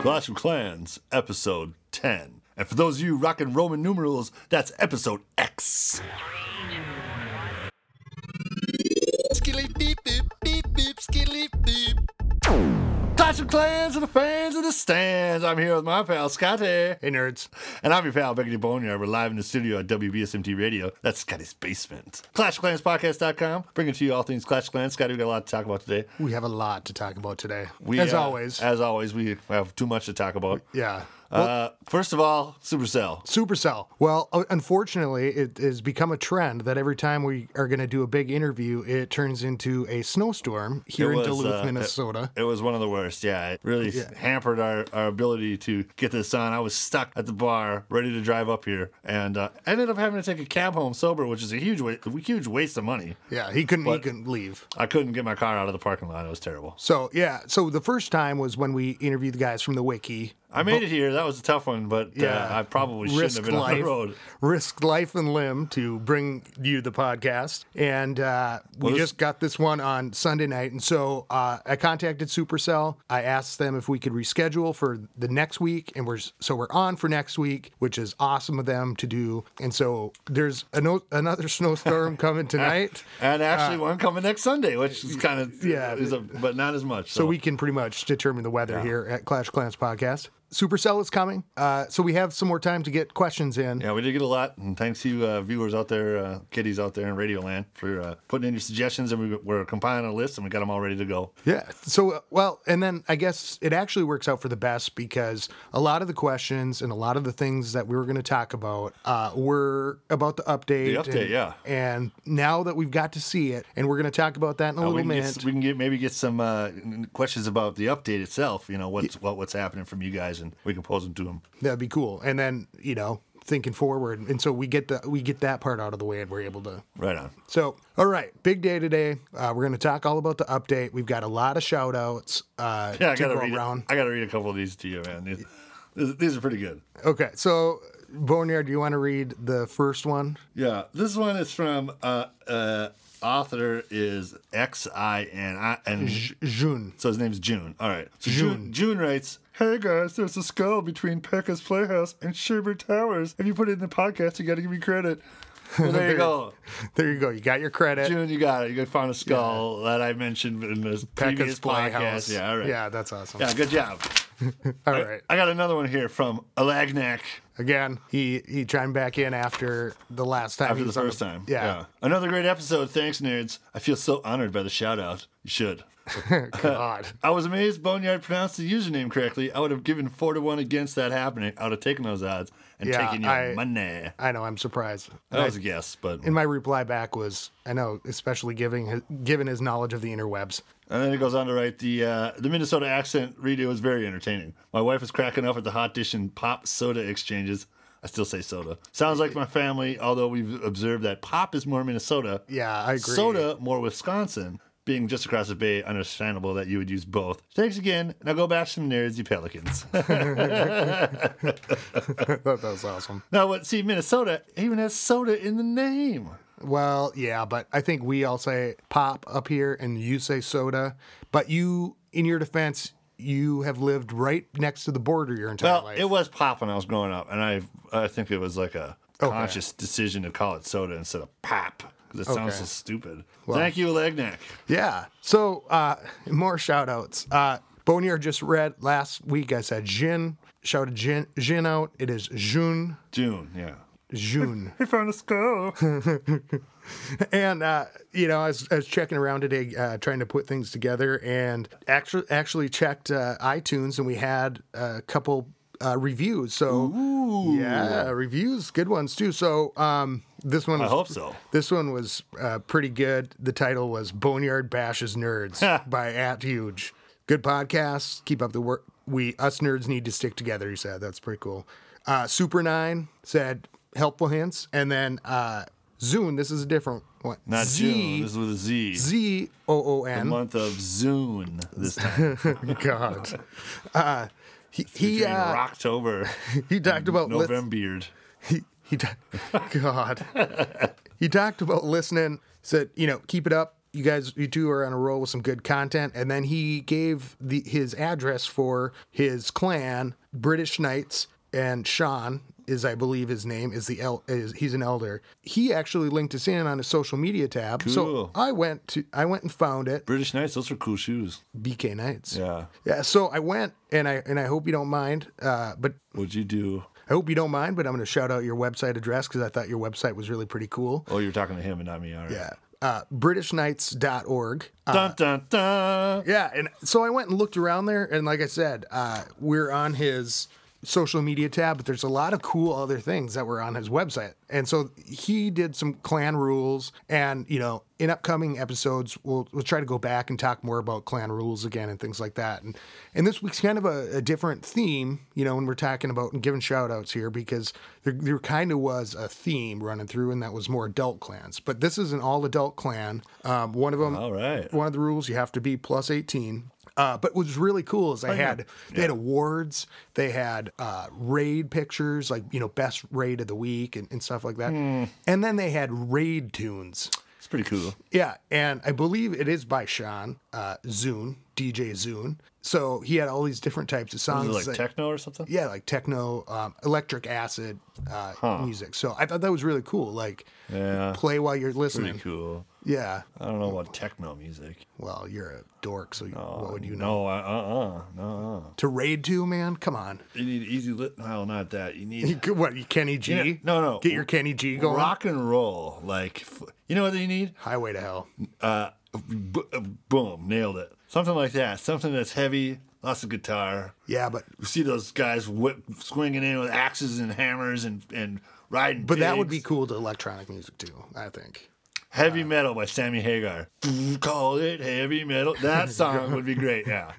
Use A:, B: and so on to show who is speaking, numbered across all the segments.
A: Clash of Clans, episode 10. And for those of you rocking Roman numerals, that's episode X. Skilly beep beep beep beep skilly beep. Clash of Clans and the fans of the stands. I'm here with my pal Scotty. Hey nerds. And I'm your pal Beckety Boneyard. We're live in the studio at WBSMT Radio. That's Scotty's basement. ClashofClansPodcast.com. Bringing to you all things Clash of Clans. Scotty, we got a lot to talk about today.
B: We have a lot to talk about today.
A: We,
B: as
A: uh,
B: always.
A: As always, we have too much to talk about.
B: yeah.
A: uh, first of all, Supercell.
B: Supercell. Well, u- unfortunately, it has become a trend that every time we are going to do a big interview, it turns into a snowstorm here in
A: was,
B: Duluth,
A: uh, it-
B: Minnesota.
A: It was one of the worst. Yeah, it really hampered our, our ability to get this on. I was stuck at the bar, ready to drive up here, and uh, ended up having to take a cab home sober, which is a huge wa- huge waste of money.
B: yeah, he couldn't. he couldn't leave.
A: I couldn't get my car out of the parking lot. It was terrible.
B: So yeah. So the first time was when we interviewed the guys from the wiki.
A: I made it here. That was a tough one, but uh,
B: Yeah.
A: I probably shouldn't have been on the road.
B: risked life and limb to bring you the podcast, and uh, we
A: this-
B: just got this one on Sunday night. And so uh, I contacted Supercell. I asked them if we could reschedule for the next week, and we're s- so we're on for next week, which is awesome of them to do. And so there's a no- another snowstorm coming tonight.
A: And actually, one coming next Sunday, which is kind of
B: Uh, yeah,
A: is a, but not as much.
B: So we can pretty much determine the weather here at Clash of Clans podcast. Supercell is coming, uh, so we have some more time to get questions in.
A: Yeah, we did get a lot, and thanks to you uh, viewers out there, uh, kiddies out there in Radio Land for uh, putting in your suggestions, and we were compiling a list, and we got them all ready to go.
B: Yeah. So, uh, well, and then I guess it actually works out for the best because a lot of the questions and a lot of the things that we were going to talk about uh, were about the update.
A: The update,
B: and,
A: yeah.
B: And now that we've got to see it, and we're going to talk about that in a
A: we
B: little
A: can,
B: minute.
A: get, we can get maybe get some uh, n- questions about the update itself. You know what's what, what's happening from you guys, and we can pose them to them.
B: That'd be cool. And then, you know, thinking forward. And so we get the we get that part out of the way and we're able to
A: Right on.
B: So, all right, big day today. Uh, we're going to talk all about the update. We've got a lot of shout outs uh,
A: Yeah, I
B: to
A: gotta
B: go
A: read.
B: around.
A: I gotta read a couple of these to you, man. These, these- these are pretty good.
B: Okay, so, Boneyard, do you want to read the first one?
A: Yeah, this one is from uh, uh, author is X I N I and
B: J- June.
A: So his name's June. All right. So June. June, writes, Hey guys, there's a skull between Pekka's Playhouse and Shaver Towers. If you put it in the podcast, you got to give me credit. Well, there you go.
B: There you go. You got your credit.
A: June, you got it. You found a skull that I mentioned in this previous
B: Pekka's
A: podcast.
B: Playhouse.
A: Yeah, all right.
B: Yeah, that's awesome.
A: Yeah, good job.
B: All right.
A: I got another one here from Alagnac
B: Again, he he chimed back in after the last time.
A: after
B: he
A: the
B: was on
A: first time.
B: Yeah.
A: Another great episode. Thanks, nerds. I feel so honored by the shout out. You should.
B: God.
A: I was amazed Boneyard pronounced the username correctly. I would have given four to one against that happening. I would have taken those odds and
B: Yeah,
A: taken your
B: I-
A: money.
B: I know. I'm surprised.
A: That was a guess, but
B: And my reply back was, I know, especially giving his, given his knowledge of the interwebs.
A: and then it goes on to write the uh, the Minnesota accent redo is very entertaining. My wife is cracking up at the hot dish and pop soda exchanges. I still say soda. Sounds like my family, although we've observed that pop is more Minnesota,
B: Yeah, I agree.
A: soda more Wisconsin. Being just across the bay, understandable that you would use both. Thanks again. Now go bash some nerds, you pelicans.
B: I thought that was awesome.
A: now, what? See, Minnesota even has soda in the name.
B: Well, yeah, but I think we all say pop up here, and you say soda. But you, in your defense, you have lived right next to the border your entire
A: Well,
B: life.
A: it was pop when I was growing up, and I I think it was like a conscious decision to call it soda instead of pop because it sounds
B: Okay.
A: so stupid. Thank you, Legnac.
B: Yeah. So uh, more shout outs. Uh, Bonnier just read last week. I said Jin. Shouted Jin, Jin out. It is Jun.
A: June, yeah.
B: Jun.
A: He found a skull.
B: and, uh, you know, I was, I was checking around today, uh, trying to put things together and actually, actually checked uh, iTunes and we had a couple uh, reviews. So, yeah, reviews, good ones too. So, um, this one
A: I
B: was
A: hope so.
B: This one was uh, pretty good. The title was "Boneyard Bashes Nerds" by At Huge. Good podcast. Keep up the work. We us nerds need to stick together. He said that's pretty cool. Uh, Super Nine said helpful hints, and then uh, Zune. This is a different one.
A: Not June.
B: Z
A: This is with a Z.
B: Z O O N.
A: Month of Zune this time.
B: God. Uh, he he
A: During
B: uh,
A: Rocktober,
B: he talked about lit-
A: November beard.
B: he, he ta- God. he talked about listening, said, you know, keep it up. you guys, you two are on a roll with some good content. And then he gave the, his address for his clan, British Knights, and Sean is, I believe, his name is the el- is, he's an elder. He actually linked us in on his social media tab. So
A: Cool.
B: I went to I went and found it.
A: British Knights, those are cool shoes.
B: BK Knights.
A: Yeah.
B: Yeah, so I went and I and I hope you don't mind, uh, but
A: What'd you do?
B: I hope you don't mind, but I'm going to shout out your website address because I thought your website was really pretty cool.
A: Oh, you're talking to him and not me. All right.
B: Yeah, uh, BritishKnights.org. Uh,
A: Dun, dun, dun.
B: yeah, and so I went and looked around there, and like I said, uh, we're on his social media tab, but there's a lot of cool other things that were on his website. And so he did some clan rules, and you know, in upcoming episodes, we'll we'll try to go back and talk more about clan rules again and things like that. And and this week's kind of a, a different theme, you know, when we're talking about and giving shout outs here because there, there kind of was a theme running through, and that was more adult clans. But this is an all adult clan. Um, one of them
A: All right.
B: one of the rules you have to be plus 18 uh, but what was really cool is
A: Oh,
B: they had they had awards they had uh, raid pictures like you know best raid of the week and, and stuff like that
A: Hmm.
B: and then they had raid tunes
A: It's pretty cool.
B: yeah and i believe it is by sean uh, zune dj zune so he had all these different types of songs
A: Is it like
B: that-
A: techno or something?
B: yeah like techno um, electric acid uh, music so i thought that was really cool like
A: Yeah.
B: play while you're listening
A: Pretty cool.
B: yeah
A: I don't know about techno music.
B: well you're a dork so what would you
A: Oh, No,
B: know
A: I- uh, uh, no, uh.
B: to raid to, man? Come on.
A: You need easy lit. No, not that. You need
B: What, you Kenny G?
A: You know- no, no.
B: Get your Kenny G going.
A: rock and roll. Like, f- you know what you need?
B: Highway to Hell.
A: Uh, b- uh, boom, nailed it. Something like that. Something that's heavy, lots of guitar.
B: Yeah, but
A: You see those guys whip, swinging in with axes and hammers and and riding.
B: but that would be
A: pigs.
B: cool to electronic music too, I think.
A: heavy metal by Sammy Hagar. Call it heavy metal. That song would be great. Yeah,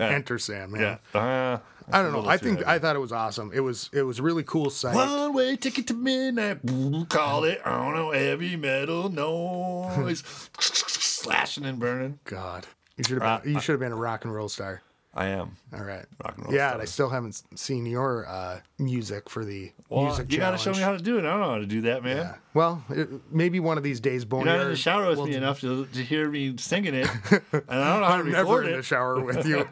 B: Enter Sandman.
A: yeah. Uh,
B: I don't know. I think I thought it was awesome. It was it was a really cool sight.
A: One way ticket to midnight. Call it, I don't know, heavy metal noise. Slashing and burning.
B: God. You should have been, you should have been a rock and roll star.
A: I am.
B: All right.
A: uh, Rock and roll
B: Yeah,
A: star.
B: and I still haven't s- seen your uh, music for the
A: Well,
B: music
A: you gotta
B: challenge.
A: show me how to do it. I don't know how to do that, man.
B: Yeah. Well, it, maybe one of these days, Boney.
A: You're not in the shower with me enough to, to hear me singing it, and I don't know how to
B: Never
A: record
B: in the
A: it.
B: shower with you.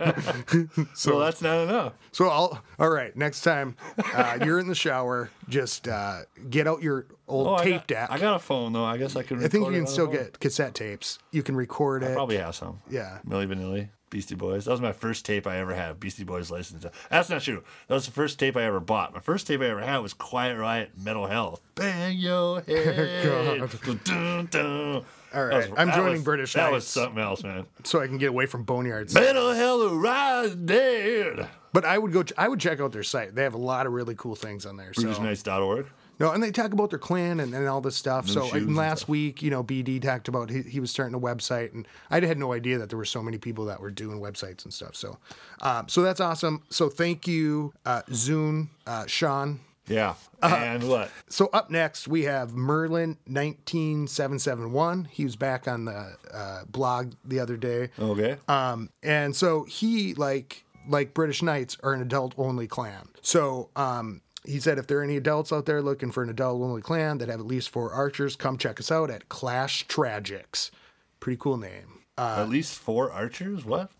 A: so that's not enough.
B: So I'll all right. Next time uh, you're in the shower, just uh, get out your old
A: Oh, I
B: tape
A: got,
B: deck.
A: I got a phone though. I guess I could.
B: I think
A: record
B: you
A: it
B: can
A: on a
B: still
A: phone.
B: get cassette tapes. You can record it.
A: Probably have some.
B: Yeah.
A: Millie Vanilli, Beastie Boys. That was my first tape I ever had. Beastie Boys license. That's not true. That was the first tape I ever bought. My first tape I ever had was Quiet Riot Metal Health. Bang your head. Dun, dun.
B: All
A: That was-
B: right, I'm
A: that
B: joining
A: was-
B: British
A: That was
B: Knights.
A: something else, man.
B: So I can get away from boneyards.
A: Metal Hell Rise Dead.
B: But I would go. I would check out their site. They have a lot of really cool things on there. So
A: BritishKnights.org.
B: no, and they talk about their clan and, and all this stuff. so
A: shoes
B: and
A: and
B: last week, you know, BD talked about he, he was starting a website, and I had no idea that there were so many people that were doing websites and stuff. So, um, so that's awesome. So thank you, uh, Zune, uh, Sean,
A: Yeah.
B: Uh,
A: and what?
B: So up next we have Merlin nineteen seven seven one. He was back on the uh, blog the other day,
A: Okay.
B: um, and so he like like British Knights are an adult only clan. So um, he said if there are any adults out there looking for an adult only clan that have at least four archers, come check us out at Clash Tragics. Pretty cool name. Uh,
A: At least four archers? What?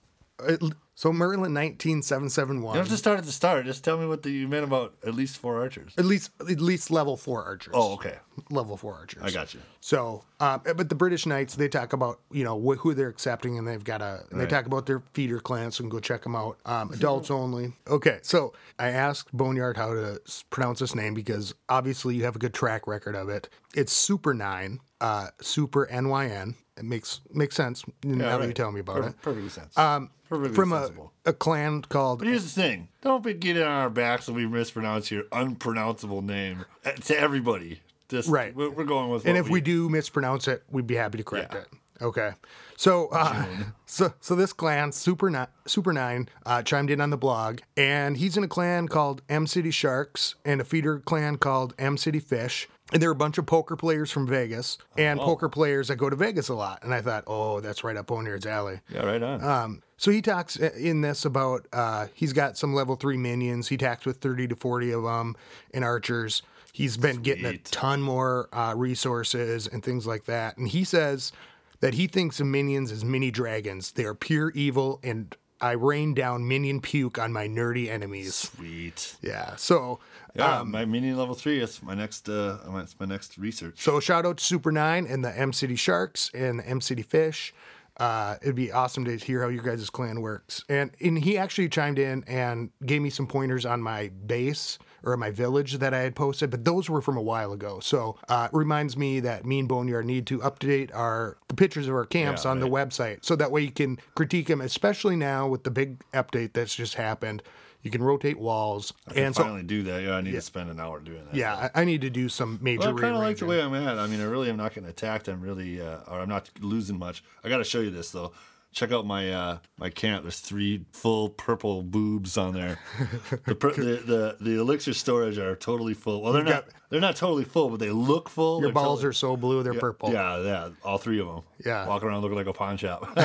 B: it- so Merlin nineteen seven seven
A: You don't
B: one.
A: have to start at the start. Just tell me what the, you meant about at least four archers.
B: At least at least level four archers.
A: Oh, okay.
B: level four archers.
A: I got you.
B: So, um, but the British Knights, they talk about you know wh- who they're accepting, and they've got a. They talk about their feeder clan, so you can go check them out. Um, adults only. Okay, so I asked Boneyard how to s- pronounce this name because obviously you have a good track record of it. It's Super Nine, uh, Super N Y N. It makes makes sense now that you
A: right.
B: tell me about
A: Per-
B: it.
A: Perfectly sense. Um, Perfectly
B: From a,
A: sensible.
B: a clan called
A: Here's the thing: don't be getting on our backs when we mispronounce your unpronounceable name uh, to everybody. Just,
B: Right.
A: We're, we're going with.
B: And
A: what
B: if we do mispronounce it, we'd be happy to correct
A: Yeah.
B: it. Okay. So, uh, so, so this clan, Super Nine, Super Nine, uh, chimed in on the blog, and he's in a clan called M City Sharks and a feeder clan called M City Fish. And they're a bunch of poker players from Vegas and
A: Oh,
B: poker players that go to Vegas a lot. And I thought, oh, that's right up Boneyard's alley.
A: yeah, right on.
B: Um, so he talks i- in this about uh, he's got some level three minions. He talks with thirty to forty of them and archers. He's been getting a
A: Sweet.
B: ton more uh, resources and things like that. And he says that he thinks of minions as mini dragons. They are pure evil, and I rain down minion puke on my nerdy enemies.
A: Sweet.
B: Yeah. So,
A: Yeah, my mini level three is my next. Uh, it's my next research.
B: so shout out to Super Nine and the M City Sharks and the M City Fish. Uh, it'd be awesome to hear how your guys' clan works. And and he actually chimed in and gave me some pointers on my base or my village that I had posted, but those were from a while ago. So uh, it reminds me that me and Boneyard need to update our the pictures of our camps
A: Yeah,
B: on the website so that way you can critique them, especially now with the big update that's just happened. You can rotate walls, and so
A: finally do that. Yeah, I need to spend an hour doing that.
B: yeah, I, I need to do some major.
A: Well, I kind of like the
B: rearranging.
A: way I'm at. I mean, I really am not getting attacked. I'm really, uh, or I'm not losing much. I got to show you this though. Check out my uh, my camp. There's three full purple boobs on there. The, pur- the the the elixir storage are totally full. Well, they're not they're not totally full, but they look full.
B: Your balls are so blue, they're purple.
A: Yeah, yeah, all three of them.
B: Yeah.
A: walk around looking like a pawn shop. I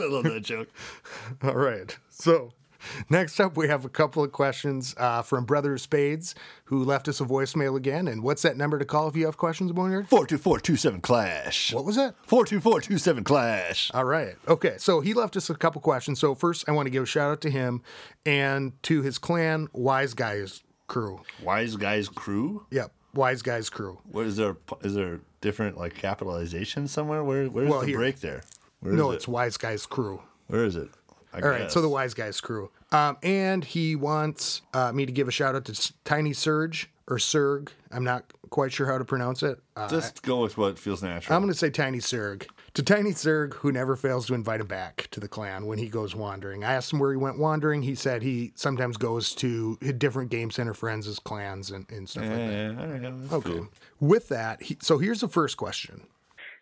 A: love that joke.
B: All right. So, next up, we have a couple of questions uh, from Brother Spades, who left us a voicemail again. And what's that number to call if you have questions, Boneyard?
A: Four two four two seven clash.
B: What Uh, was that?
A: Four two four two seven clash.
B: All right. Okay. So he left us a couple questions. So first, I want to give a shout out to him and to his clan, Wise Guys Crew.
A: Wise guys crew.
B: Yep, Wise Guys Crew.
A: What is there? Is there different like capitalization somewhere? Where where's
B: Well,
A: the
B: here.
A: break there? Where is
B: No,
A: it?
B: it's Wise Guys Crew.
A: where is it? I
B: All right, so the Wise Guys crew. Um, and he wants uh, me to give a shout out to S- Tiny Surge or Surg. I'm not quite sure how to pronounce it. Uh,
A: just go with what feels natural.
B: I'm going to say Tiny Surg. To Tiny Surg, who never fails to invite him back to the clan when he goes wandering. I asked him where he went wandering. He said he sometimes goes to different game center friends as clans and, and stuff like
A: yeah,
B: that.
A: yeah, all right, yeah, that's
B: Okay.
A: Eh, cool.
B: With that, he, so here's the first question.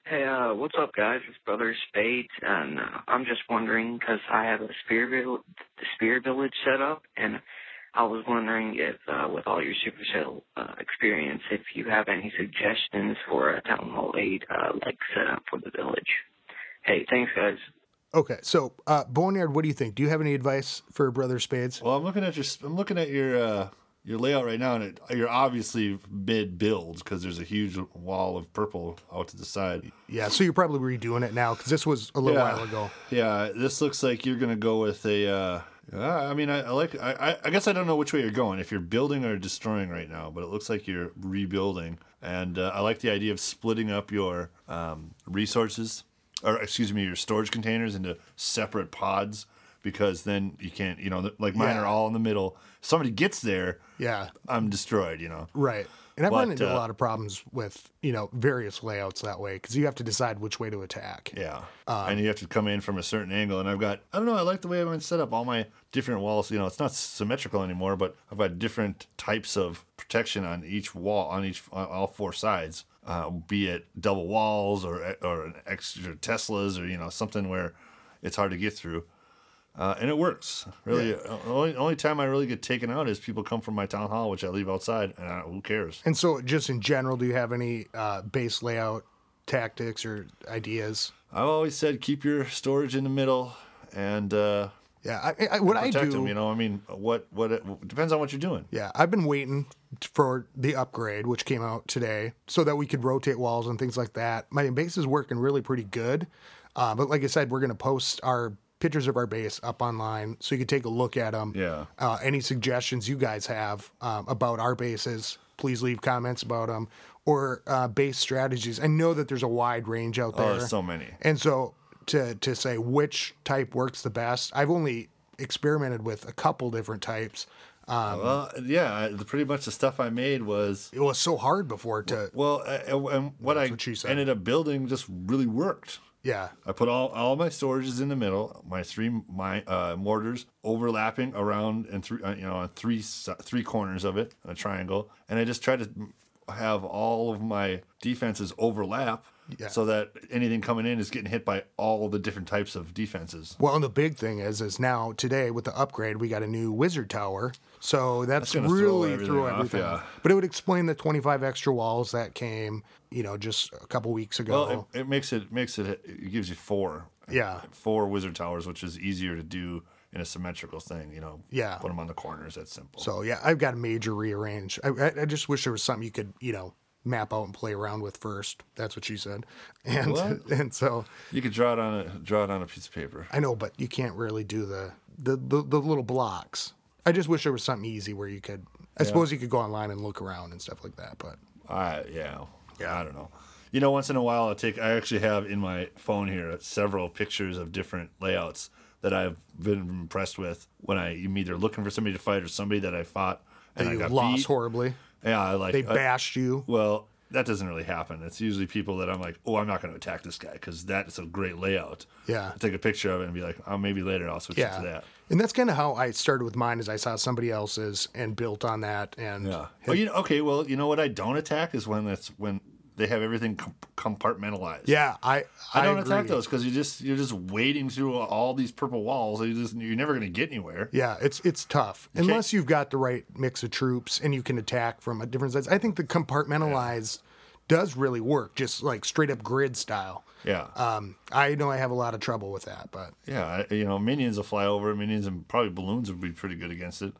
C: Hey, uh, what's up, guys? It's Brother Spades, and uh, I'm just wondering because I have a spear vil- the spear village set up, and I was wondering if, uh, with all your Supercell uh, experience, if you have any suggestions for a Town Hall 8 uh, like setup for the village. Hey, thanks, guys.
B: Okay, so uh, Boneyard, what do you think? Do you have any advice for Brother Spades?
A: Well, I'm looking at your s- I'm looking at your uh, your layout right now, and it, you're obviously mid build because there's a huge wall of purple out to the side.
B: Yeah, so you're probably redoing it now because this was a little
A: Yeah.
B: while ago.
A: Yeah, this looks like you're gonna go with a. Uh, uh, I mean, I, I like. I, I- I guess I don't know which way you're going. If you're building or destroying right now, but it looks like you're rebuilding. And uh, I like the idea of splitting up your um, resources, or excuse me, your storage containers into separate pods, because then you can't. You know, like mine
B: Yeah.
A: are all in the middle. Somebody gets there,
B: Yeah,
A: I'm destroyed. You know.
B: Right. And I've run
A: But,
B: into a
A: uh,
B: lot of problems with, you know, various layouts that way because you have to decide which way to attack.
A: Yeah. and you have to come in from a certain angle. And I've got, I don't know, I like the way I've set up all my different walls. You know, it's not symmetrical anymore, but I've got different types of protection on each wall, on each, on all four sides, uh, be it double walls or, or an extra Teslas or, you know, something where it's hard to get through. Uh, and it works really. Uh, Only, only time I really get taken out is people come from my town hall, which I leave outside, and I, who cares?
B: And so, just in general, do you have any uh, base layout tactics or ideas?
A: I've always said keep your storage in the middle, and uh,
B: Yeah. I, I, what I do.
A: protect them. You know, I mean, what what it, depends on what you're doing.
B: Yeah, I've been waiting t- for the upgrade, which came out today, so that we could rotate walls and things like that. My base is working really pretty good. Uh, but like I said, we're going to post our pictures of our base up online so you can take a look at them.
A: Yeah.
B: Uh, any suggestions you guys have um, about our bases, please leave comments about them or uh, base strategies. I know that there's a wide range out there.
A: Oh, there's so many.
B: And so to to say which type works the best, I've only experimented with a couple different types. Um,
A: Well, Uh, yeah, I- the, pretty much the stuff I made was
B: it was so hard before to
A: well, I, I- and what I
B: what she said.
A: ended up building just really worked.
B: yeah
A: I put all, all my storages in the middle, my three my uh, mortars overlapping around and three uh, you know on three si- three corners of it, a triangle, and I just tried to have all of my defenses overlap
B: Yeah.
A: so that anything coming in is getting hit by all the different types of defenses.
B: well and the big thing is is now today with the upgrade we got a new wizard tower so that's,
A: gonna throw
B: really
A: everything
B: through
A: off,
B: everything
A: yeah.
B: but it would explain the 25 extra walls that came you know just a couple weeks ago
A: Well, it, it makes it makes it it gives you four.
B: Yeah.
A: Four wizard towers, which is easier to do in a symmetrical thing. You know.
B: Yeah.
A: Put them on the corners. That's simple.
B: so yeah i've got a major rearrange I, I, I just wish there was something you could you know map out and play around with first. That's what she said. And and so
A: You could draw it on a draw it on a piece of paper.
B: I know, but you can't really do the the, the, the little blocks. I just wish there was something easy where you could. I suppose you could go online and look around and stuff like that. But
A: I yeah. Yeah. I don't know. You know, once in a while I take I actually have in my phone here several pictures of different layouts that I've been impressed with when I am either looking for somebody to fight or somebody that I fought and I
B: you
A: got
B: lost
A: beat.
B: horribly.
A: Yeah, I like
B: They
A: I-
B: bashed you.
A: Well, that doesn't really happen. It's usually people that I'm like, oh, I'm not going to attack this guy because that's a great layout.
B: Yeah.
A: I take a picture of it and be like, oh, maybe later I'll switch it
B: Yeah.
A: to that.
B: And that's kind of how I started with mine. Is I saw somebody else's and built on that. And
A: Yeah. Oh, you know, okay. Well, you know what I don't attack is when that's when they have everything com- compartmentalized.
B: Yeah, I
A: I don't
B: agree.
A: attack those because you just you're just wading through all these purple walls. You just you're never going to get anywhere.
B: Yeah, it's it's tough unless you've got the right mix of troops and you can attack from a different sides. I think the compartmentalized does really work, just like straight up grid style.
A: Yeah.
B: Um, I know I have a lot of trouble with that, but
A: Yeah, I- you know, minions will fly over. Minions and probably balloons would be pretty good against it.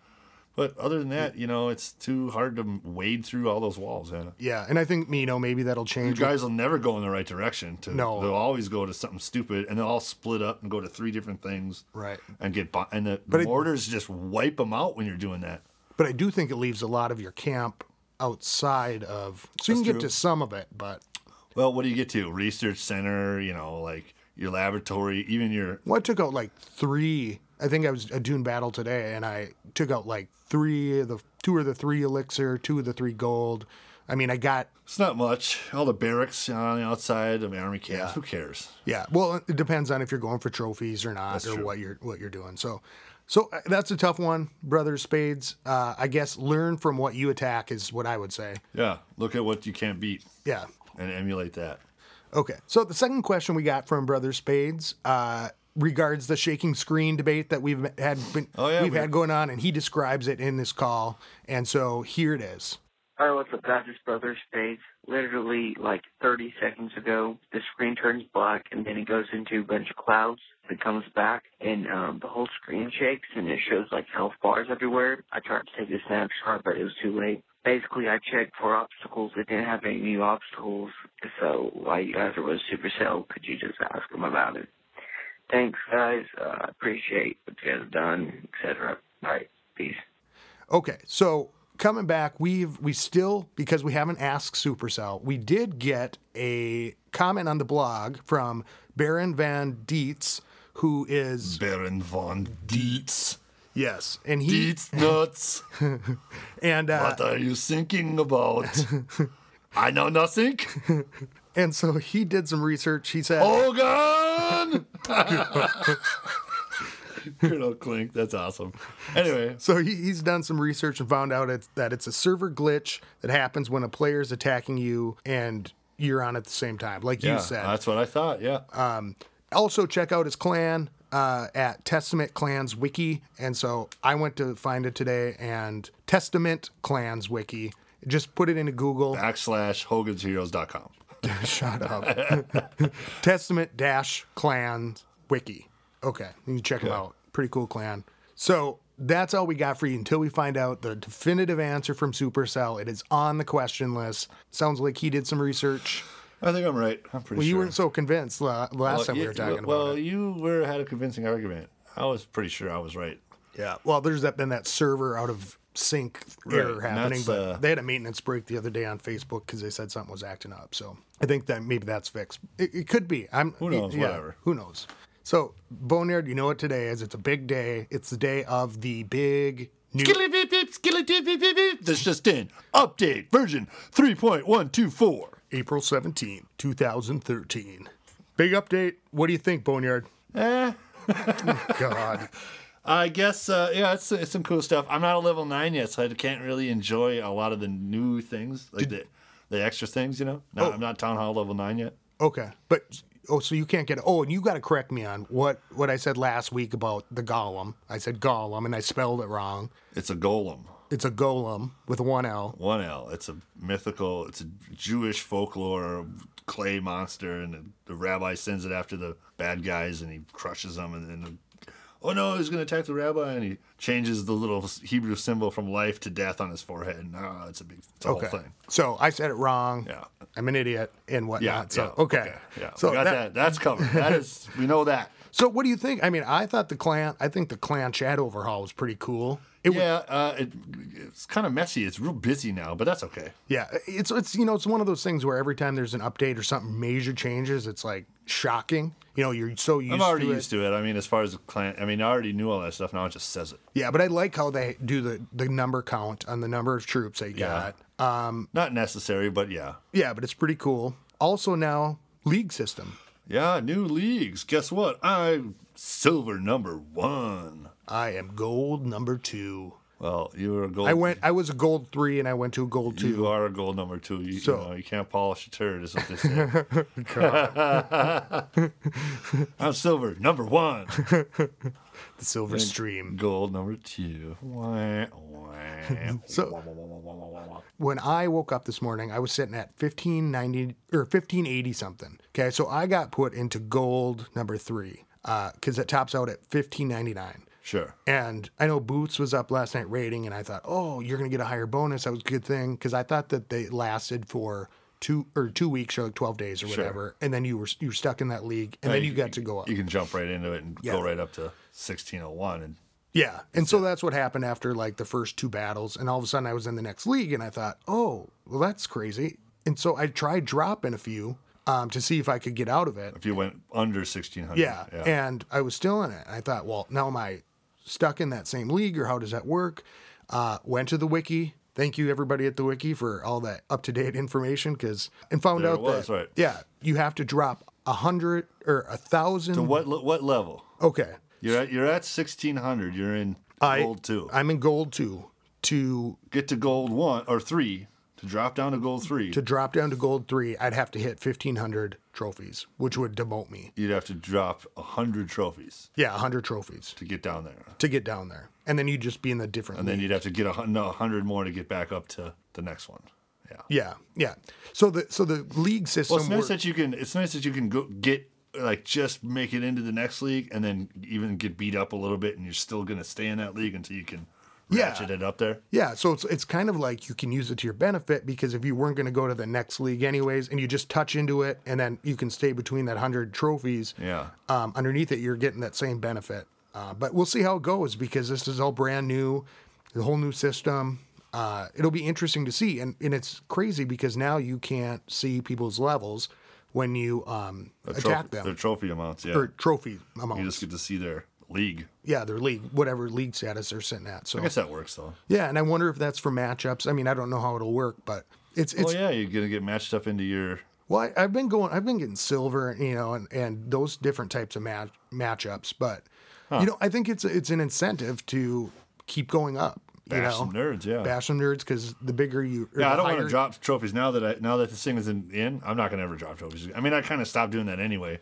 A: But other than that, you know, it's too hard to wade through all those walls. Yeah.
B: yeah, and I think you know maybe that'll
A: You
B: change.
A: guys will never go in the right direction. To,
B: No.
A: They'll always go to something stupid and they'll all split up and go to three different things.
B: Right.
A: And get, bo- and the,
B: it-
A: the mortars just wipe them out when you're doing that.
B: but I do think it leaves a lot of your camp outside of, so you can get to some of it. But
A: Well, what do you get to? Research center, you know, like your laboratory, even your,
B: well, I took out like three. I think I was a Dune battle today, and I took out like three of the two or the three elixir, two of the three gold. I mean, I got
A: it's not much. All the barracks on the outside of army camps. Who cares?
B: Yeah, well, it depends on if you're going for trophies or not, or
A: true.
B: what you're what you're doing. So, so uh, that's a tough one, brothers. Spades. Uh, I guess learn from what you attack is what I would say.
A: Yeah. Look at what you can't beat
B: Yeah.
A: and emulate that.
B: Okay. So the second question we got from Brother Spades uh, regards the shaking screen debate that we've had been,
A: Oh, yeah,
B: we've
A: we-
B: had going on, and he describes it in this call. And so here it is.
C: All right, what's up, guys? It's Brother Spades. Literally, like 30 seconds ago, the screen turns black, and then it goes into a bunch of clouds. It comes back, and um, the whole screen shakes, and it shows like health bars everywhere. I tried to take a snapshot, but it was too late. Basically, I checked for obstacles. It didn't have any new obstacles. So, why you guys are with Supercell, could you just ask them about it? Thanks, guys. Uh, I appreciate what you guys have done, etc. All right, peace.
B: Okay, so coming back, we've we still because we haven't asked Supercell, we did get a comment on the blog from Baron Van Dietz, who is
A: Baron von Dietz.
B: yes, and he
A: Dietz nuts.
B: and uh,
A: What are you thinking about? I know nothing.
B: and so he did some research. He
A: Oh.
B: said,
A: Hogan! Good old Clink. That's awesome. Anyway,
B: so he, he's done some research and found out it's, that it's a server glitch that happens when a player is attacking you and you're on at the same time, like
A: yeah,
B: you said.
A: that's what I thought. Yeah.
B: also check out his clan uh, at Testament Clans Wiki. And so I went to find it today and Testament Clans Wiki. Just put it into Google.
A: Backslash Hogan'sHeroes.com.
B: Shut up. Testament dash clans wiki. Okay. You can check them out. Pretty cool clan. So that's all we got for you until we find out the definitive answer from Supercell. It is on the question list. Sounds like he did some research.
A: I think I'm right. I'm pretty
B: Well,
A: sure.
B: you weren't so convinced la- last time we
A: yeah,
B: were talking about
A: well,
B: it.
A: you were had a convincing argument. I was pretty sure I was right.
B: Yeah. Well, there's that been that server out of sync error
A: Right, and
B: happening,
A: that's,
B: but
A: uh,
B: they had a maintenance break the other day on Facebook because they said something was acting up. So I think that maybe that's fixed. It, it could be. I'm who
A: knows, whatever.
B: Who knows? So Boneyard, you know what today is? It's a big day. It's the day of the big new.
A: Skilly beep beep, skilly beep beep beep beep. This just in. Update version 3.124.
B: April 17, 2013. Big update. What do you think, Boneyard?
A: Eh,
B: God.
A: I guess uh, yeah, it's, it's some cool stuff. I'm not a level nine yet, so I can't really enjoy a lot of the new things, like the, the extra things. You know, no, I'm not town hall level nine yet.
B: Okay, but oh, so you can't get. Oh, and you got to correct me on what what I said last week about the golem. I said golem, and I spelled it wrong.
A: It's a golem,
B: It's a golem with one L.
A: one L. It's a mythical, it's a Jewish folklore clay monster, and the, the rabbi sends it after the bad guys, and he crushes them, and then oh no, he's going to attack the rabbi, and he changes the little Hebrew symbol from life to death on his forehead. And oh, it's a big it's a
B: Okay.
A: whole thing.
B: So I said it wrong.
A: Yeah.
B: I'm an idiot and
A: Yeah.
B: whatnot. so
A: yeah,
B: okay.
A: Yeah.
B: So
A: we got
B: that-
A: that, That's covered. That is. We know that.
B: So what do you think? I mean, I thought the clan. I think the clan chat overhaul was pretty cool. It was,
A: yeah. Uh, it, it's kind of messy. It's real busy now, but that's okay.
B: yeah. It's it's you know it's one of those things where every time there's an update or something major changes, it's like shocking. You know, you're so used.
A: I'm already
B: to it.
A: used to it. I mean, as far as the clan, I mean, I already knew all that stuff. Now it just says it.
B: Yeah, but I like how they do the the number count on the number of troops they
A: Yeah.
B: got. Um,
A: Not necessary, but yeah.
B: yeah, but it's pretty cool. Also now league system.
A: Yeah, new leagues. Guess what? I'm silver number one.
B: I am gold number two.
A: Well, you were a gold.
B: I went. I was a gold three, and I went to a gold two.
A: You are a gold number two. You,
B: So-
A: you know, you can't polish a turd, is what they say. I'm silver number one.
B: The silver stream.
A: Gold number two. Wah, wah.
B: So-
A: Wah, wah, wah, wah, wah, wah, wah.
B: when I woke up this morning, I was sitting at 1590 or 1580 something. Okay. So I got put into gold number three because it tops out at 1599.
A: sure.
B: And I know Boots was up last night rating, and I thought, oh, you're going to get a higher bonus. That was a good thing because I thought that they lasted for. Two or two weeks or like twelve days or whatever, and then you were you were stuck in that league, and then you, got to go up.
A: You can jump right into it and go
B: Yeah.
A: right up to 1601 and
B: Yeah. And so that's what happened after like the first two battles. And all of a sudden I was in the next league and I thought, oh, well, that's crazy. And so I tried dropping a few um, to see if I could get out of it.
A: if you went under 1600.
B: Yeah. And I was still in it. I thought, well, now am I stuck in that same league or how does that work? Uh, went to the wiki. Thank you, everybody at the wiki, for all that up to date information. Because and found
A: There it
B: out
A: was,
B: that
A: right.
B: yeah, you have to drop a hundred or a thousand.
A: What le- what level?
B: Okay,
A: You're at, you're at 1600. You're in
B: I-
A: gold two.
B: I'm in gold two to
A: Get to gold one or three to drop down to gold three.
B: to drop down to gold three, I'd have to hit fifteen hundred trophies, which would demote me.
A: You'd have to drop 100 trophies
B: Yeah, hundred trophies
A: to get down there.
B: to get down there, and then you'd just be in the different.
A: And then
B: league.
A: you'd have to get a hun- no, 100 more to get back up to the next one. Yeah.
B: yeah, yeah. So the so the league system.
A: Well, it's
B: work-
A: nice that you can. It's nice that you can go get like just make it into the next league, and then even get beat up a little bit, and you're still gonna stay in that league until you can
B: Yeah.
A: ratchet it up there.
B: yeah, so it's it's kind of like you can use it to your benefit because if you weren't going to go to the next league anyways, and you just touch into it, and then you can stay between that hundred trophies.
A: Yeah.
B: um, underneath it, you're getting that same benefit. Uh, but we'll see how it goes because this is all brand new, the whole new system. Uh, it'll be interesting to see, and and it's crazy because now you can't see people's levels when you um, attack
A: Trophy-
B: them
A: Their trophy amounts. Yeah.
B: or trophy
A: you
B: amounts.
A: just get to see their league.
B: Yeah, their league, whatever league status they're sitting at. So
A: I guess that works though.
B: yeah, and I wonder if that's for matchups. I mean, I don't know how it'll work, but it's it's
A: Well, yeah, you're gonna get matched up into your.
B: Well, I, I've been going, I've been getting silver, you know, and, and those different types of match matchups. But you know, I think it's it's an incentive to keep going up. you
A: Bash
B: know,
A: some nerds, yeah.
B: bash some nerds because the bigger you, or
A: Yeah,
B: the
A: I don't want
B: higher-
A: to drop trophies now that I now that this thing is in, in. I'm not gonna ever drop trophies. I mean, I kind of stopped doing that anyway,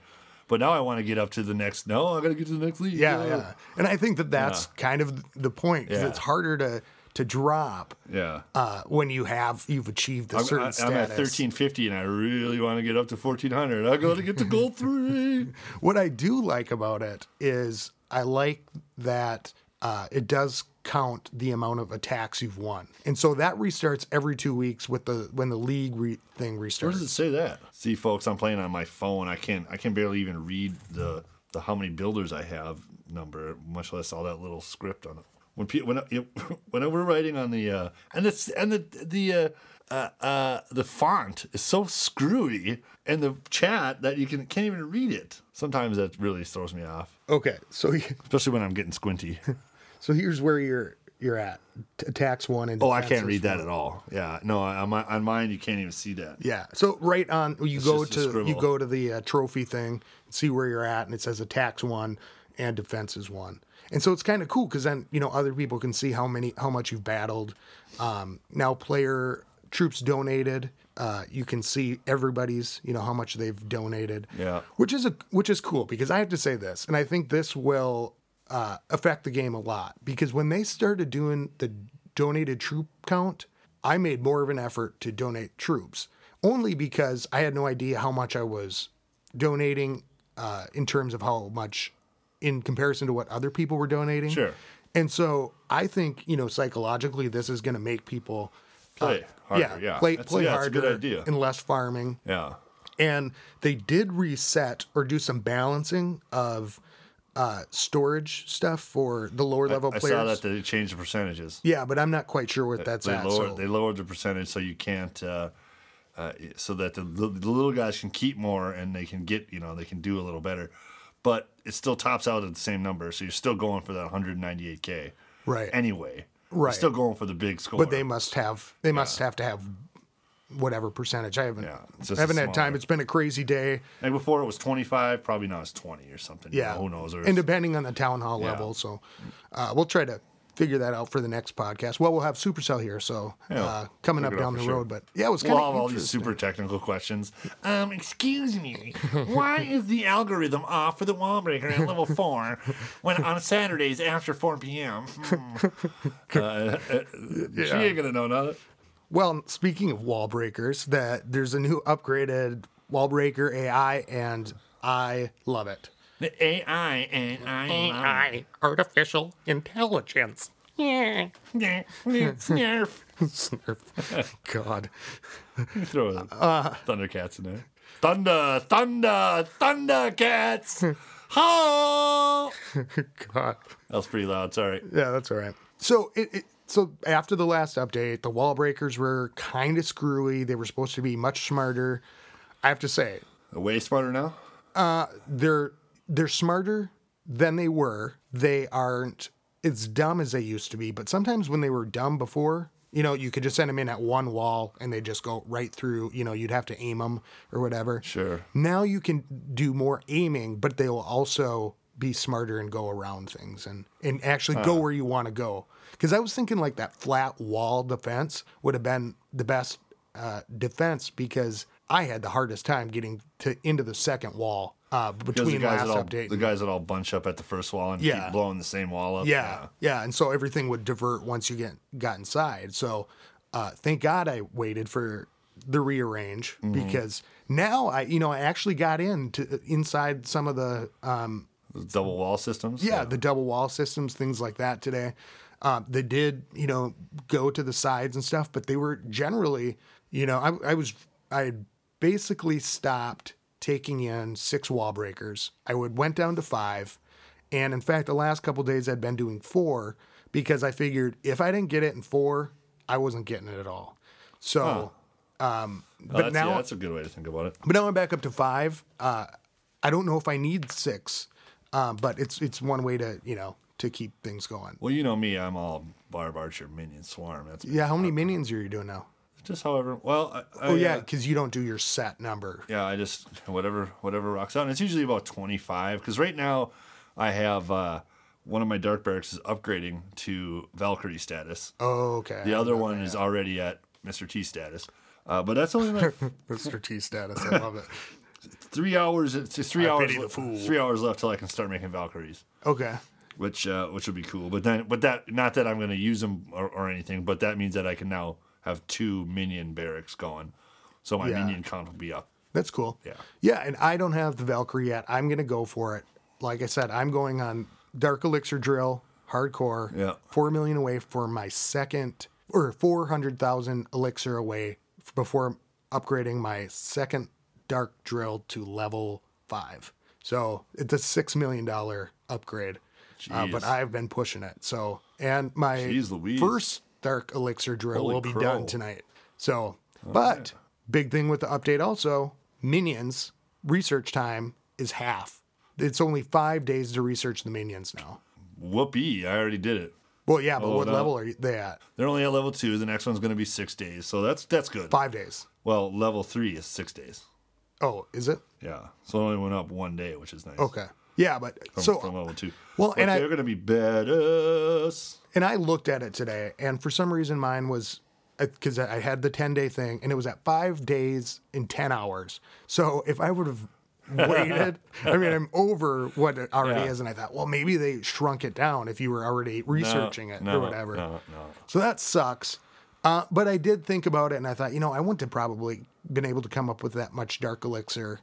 A: but now I want to get up to the next. No, I gotta get to the next league.
B: Yeah, yeah, and I think that that's kind of the point because
A: Yeah.
B: it's harder to to drop
A: yeah.
B: uh, when you have you've achieved a
A: I'm,
B: certain
A: I- I'm at
B: status.
A: 1350 and I really want to get up to 1400. I got to get to gold three.
B: What I do like about it is I like that uh, it does count the amount of attacks you've won, and so that restarts every two weeks with the when the league re- thing
A: Where does
B: restarts.
A: it say that? See, folks, I'm playing on my phone. I can't. I can barely even read the the how many builders I have number, much less all that little script on it. When pe- when I- when we're writing on the uh, and it's and the the. Uh, uh, uh, the font is so screwy and the chat that you can can't even read it. Sometimes that really throws me off,
B: Okay, so he-
A: especially when I'm getting squinty.
B: so here's where you're you're at T- attacks one and
A: Oh, I can't
B: defenses
A: read that
B: one.
A: at all. Yeah, no, on my on mine you can't even see that.
B: Yeah, so right on you go
A: just a
B: to you
A: scribble.
B: go to the uh, trophy thing, see where you're at, and it says attacks one and defenses one, and so it's kind of cool because then you know other people can see how many how much you've battled. Um, now player troops donated, uh, you can see everybody's you know how much they've donated.
A: Yeah.
B: which is a which is cool because I have to say this, and I think this will uh, affect the game a lot because when they started doing the donated troop count, I made more of an effort to donate troops only because I had no idea how much I was donating uh, in terms of how much in comparison to what other people were donating.
A: Sure.
B: And so I think, you know, psychologically, this is going to make people
A: Play harder, yeah.
B: play,
A: That's-
B: play
A: yeah, that's a
B: harder
A: good idea.
B: and less farming.
A: Yeah.
B: And they did reset or do some balancing of uh, storage stuff for the lower level
A: I
B: players.
A: saw that they changed the percentages.
B: yeah, but I'm not quite sure what that's
A: they
B: at.
A: lowered
B: so-
A: they lowered the percentage so you can't uh, uh, so that the, li- the little guys can keep more and they can get you know they can do a little better but it still tops out at the same number so you're still going for that 198k
B: Right.
A: anyway you're
B: Right.
A: still going for the big score
B: but they must have they must have to have whatever percentage. I haven't
A: Yeah, it's just a
B: haven't had
A: small
B: time.
A: number.
B: It's been a crazy day.
A: like before it was 25 probably now it's 20 or something you
B: Yeah,
A: know, who knows or
B: And depending on the town hall
A: Yeah.
B: level, so uh, we'll try to figure that out for the next podcast. Well, we'll have Supercell here, so uh, coming up
A: figure it out
B: down
A: for
B: the
A: sure.
B: road. But yeah, it was kind
A: We'll have
B: of
A: all these super technical questions. Um, excuse me, why is the algorithm off for the wall breaker at level four when on Saturdays after 4 p.m.? Hmm. Uh, uh, She ain't gonna know nothing.
B: Well, speaking of wall breakers, that there's a new upgraded wall breaker AI, and I love it.
A: The AI and I.
D: AI, artificial intelligence. Yeah.
A: Snarf. Snarf.
B: Snurf. God.
A: Throw the Thundercats in there. Thunder, thunder, Thundercats. Ho!
B: God.
A: That was pretty loud. Sorry.
B: Yeah, that's all right. So it, it so after the last update, the wall breakers were kind of screwy. They were supposed to be much smarter. I have to say,
A: Way smarter now.
B: they're they're smarter than they were. They aren't as dumb as they used to be. But sometimes when they were dumb before, you know, you could just send them in at one wall and they just go right through. You know, you'd have to aim them or whatever.
A: Sure.
B: Now you can do more aiming, but they will also be smarter and go around things and and actually go where you want to go. Because I was thinking like that flat wall defense would have been the best uh, defense because I had the hardest time getting to into the second wall uh,
A: Because the
B: between
A: guys,
B: last
A: that all,
B: update.
A: the guys that all bunch up at the first wall and
B: Yeah.
A: keep blowing the same wall up.
B: yeah, yeah, and so everything would divert once you get got inside. So uh, thank God I waited for the rearrange because now I you know I actually got into inside some of the um,
A: Yeah. Double wall systems.
B: yeah, the double wall systems, things like that today. Uh, they did, you know, go to the sides and stuff, but they were generally, you know, I, I was, I had basically stopped taking in six wall breakers. I would went down to five, and in fact, the last couple days I'd been doing four because I figured if I didn't get it in four, I wasn't getting it at all. So, um,
A: Oh,
B: but
A: that's,
B: now
A: yeah, that's a good way to think about it.
B: but now I'm back up to five. Uh, I don't know if I need six, uh, but it's it's one way to you know to keep things going.
A: Well, you know me, I'm all Barb Archer minion swarm. That's
B: Yeah, how many minions are you doing now?
A: just however. Well, I, I,
B: Oh yeah, because you don't do your set number.
A: yeah. I just whatever whatever rocks out, and it's usually about 25. Because right now, I have uh, one of my dark barracks is upgrading to Valkyrie status.
B: Oh, okay.
A: the other one is already at Mr. T status. Uh, but that's only like
B: Mr. T status. I love it.
A: three hours. It's three hours.
B: pity the
A: left-
B: fool.
A: Three hours left till I can start making Valkyries.
B: Okay.
A: which uh, which would be cool. But then, but that not that I'm going to use them or, or anything, but that means that I can now have two minion barracks going, so my
B: Yeah.
A: minion count will be up.
B: That's cool.
A: Yeah.
B: Yeah, and I don't have the Valkyrie yet. I'm gonna go for it. Like I said, I'm going on Dark Elixir Drill, hardcore.
A: Yeah.
B: Four million away for my second, or four hundred thousand elixir away f- before upgrading my second Dark Drill to level five. So it's a six million dollar upgrade. Uh,
A: Jeez.
B: but I've been pushing it. So and my
A: Jeez Louise.
B: first Dark Elixir Drill
A: Holy
B: will be
A: crow.
B: done tonight. So, but big thing with the update also, minions research time is half. It's only five days to research the minions now.
A: Whoopee! I already did it.
B: Well, yeah, but
A: Oh,
B: what
A: no.
B: level are you- they at?
A: They're only at level two. The next one's going to be six days, so that's that's good.
B: Five days.
A: Well, level three is six days.
B: Oh, is it?
A: Yeah, so it only went up one day, which is nice.
B: Okay. Yeah, but
A: From,
B: so
A: from level two.
B: well,
A: But
B: and I-
A: they're going to be badass.
B: and I looked at it today, and for some reason mine was because I had the ten day thing, and it was at five days in ten hours. So if I would have waited, I mean, I'm over what it already
A: Yeah.
B: is, and I thought, well, maybe they shrunk it down if you were already researching it
A: no,
B: or whatever.
A: No, no.
B: So that sucks. Uh, but I did think about it, and I thought, you know, I wouldn't have probably been able to come up with that much dark elixir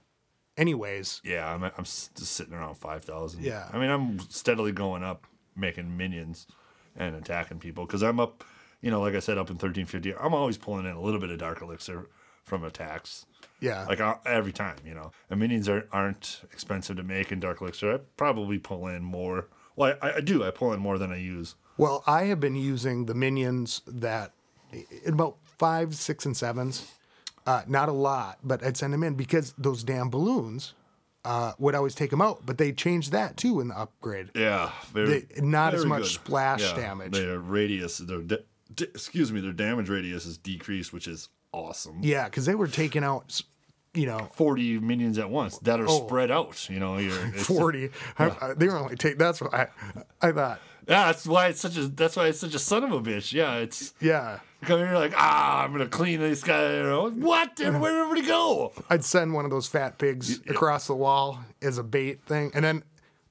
B: anyways.
A: Yeah, I'm I'm s- just sitting around five thousand.
B: Yeah.
A: I mean I'm steadily going up, making minions, and attacking people because I'm up. You know, like I said, up in thirteen fifty. I'm always pulling in a little bit of dark elixir from attacks.
B: Yeah.
A: Like uh, every time, you know, and minions aren't, aren't expensive to make in Dark Elixir. I probably pull in more. Well, I, I do. I pull in more than I use.
B: Well, I have been using the minions that in about five, six, and sevens. Uh, not a lot, but I'd send them in because those damn balloons uh, would always take them out. But they changed that too in the upgrade.
A: Yeah, they're
B: They- not as
A: very
B: much splash damage.
A: Their radius, their da- d- excuse me, their damage radius is decreased, which is awesome.
B: Yeah, because they were taking out, you know,
A: Forty minions at once that are spread out. You know, you're, it's,
B: Oh. forty. I, I, they were only take. That's what I, I thought.
A: Yeah, that's why it's such a. That's why it's such a son of a bitch. Yeah, it's
B: Yeah,
A: you come here like ah, I'm gonna clean this guy. You know, what? And where did everybody go?
B: I'd send one of those fat pigs across the wall as a bait thing, and then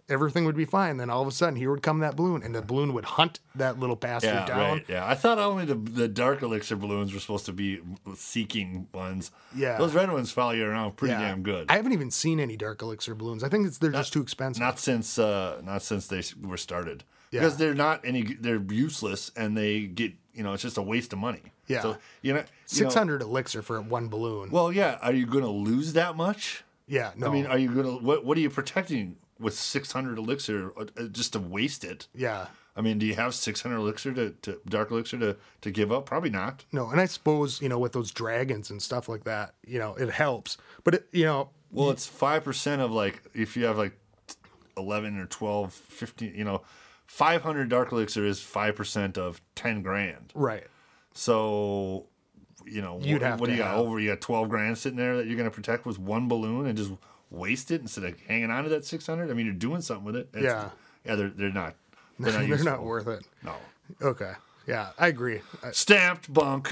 B: everything would be fine. Then all of a sudden, here would come that balloon, and the balloon would hunt that little bastard
A: Yeah,
B: down.
A: right. Yeah, I thought only the the dark elixir balloons were supposed to be seeking ones.
B: Yeah.
A: those red ones follow you around pretty
B: Yeah.
A: damn good.
B: I haven't even seen any dark elixir balloons. I think it's, they're just too expensive.
A: Not since uh, not since they s- were started. Because they're not any, they're useless, and they get you know it's just a waste of money.
B: Yeah.
A: So you know, you know-
B: Six hundred elixir for one balloon.
A: well, yeah. Are you going to lose that much?
B: yeah, no,
A: I mean, are you going to what? What are you protecting with six hundred elixir uh, uh, just to waste it?
B: yeah,
A: I mean, do you have six hundred elixir to, to dark elixir to to give up? Probably not.
B: no. And I suppose you know with those dragons and stuff like that, you know, it helps. But it, you know,
A: Well, it's five percent of like if you have like eleven or 12, 15, you know, five hundred dark elixir is five percent of ten grand.
B: right?
A: So, you know, what,
B: You'd have
A: what
B: to
A: do you got
B: have-
A: over? You got twelve grand sitting there that you're going to protect with one balloon and just waste it instead of hanging on to that six hundred. I mean, you're doing something with it. It's-
B: Yeah.
A: yeah, they're they're not. They're not,
B: They're not
A: useful.
B: worth it.
A: No.
B: Okay, yeah, I agree. I-
A: Stamped bunk.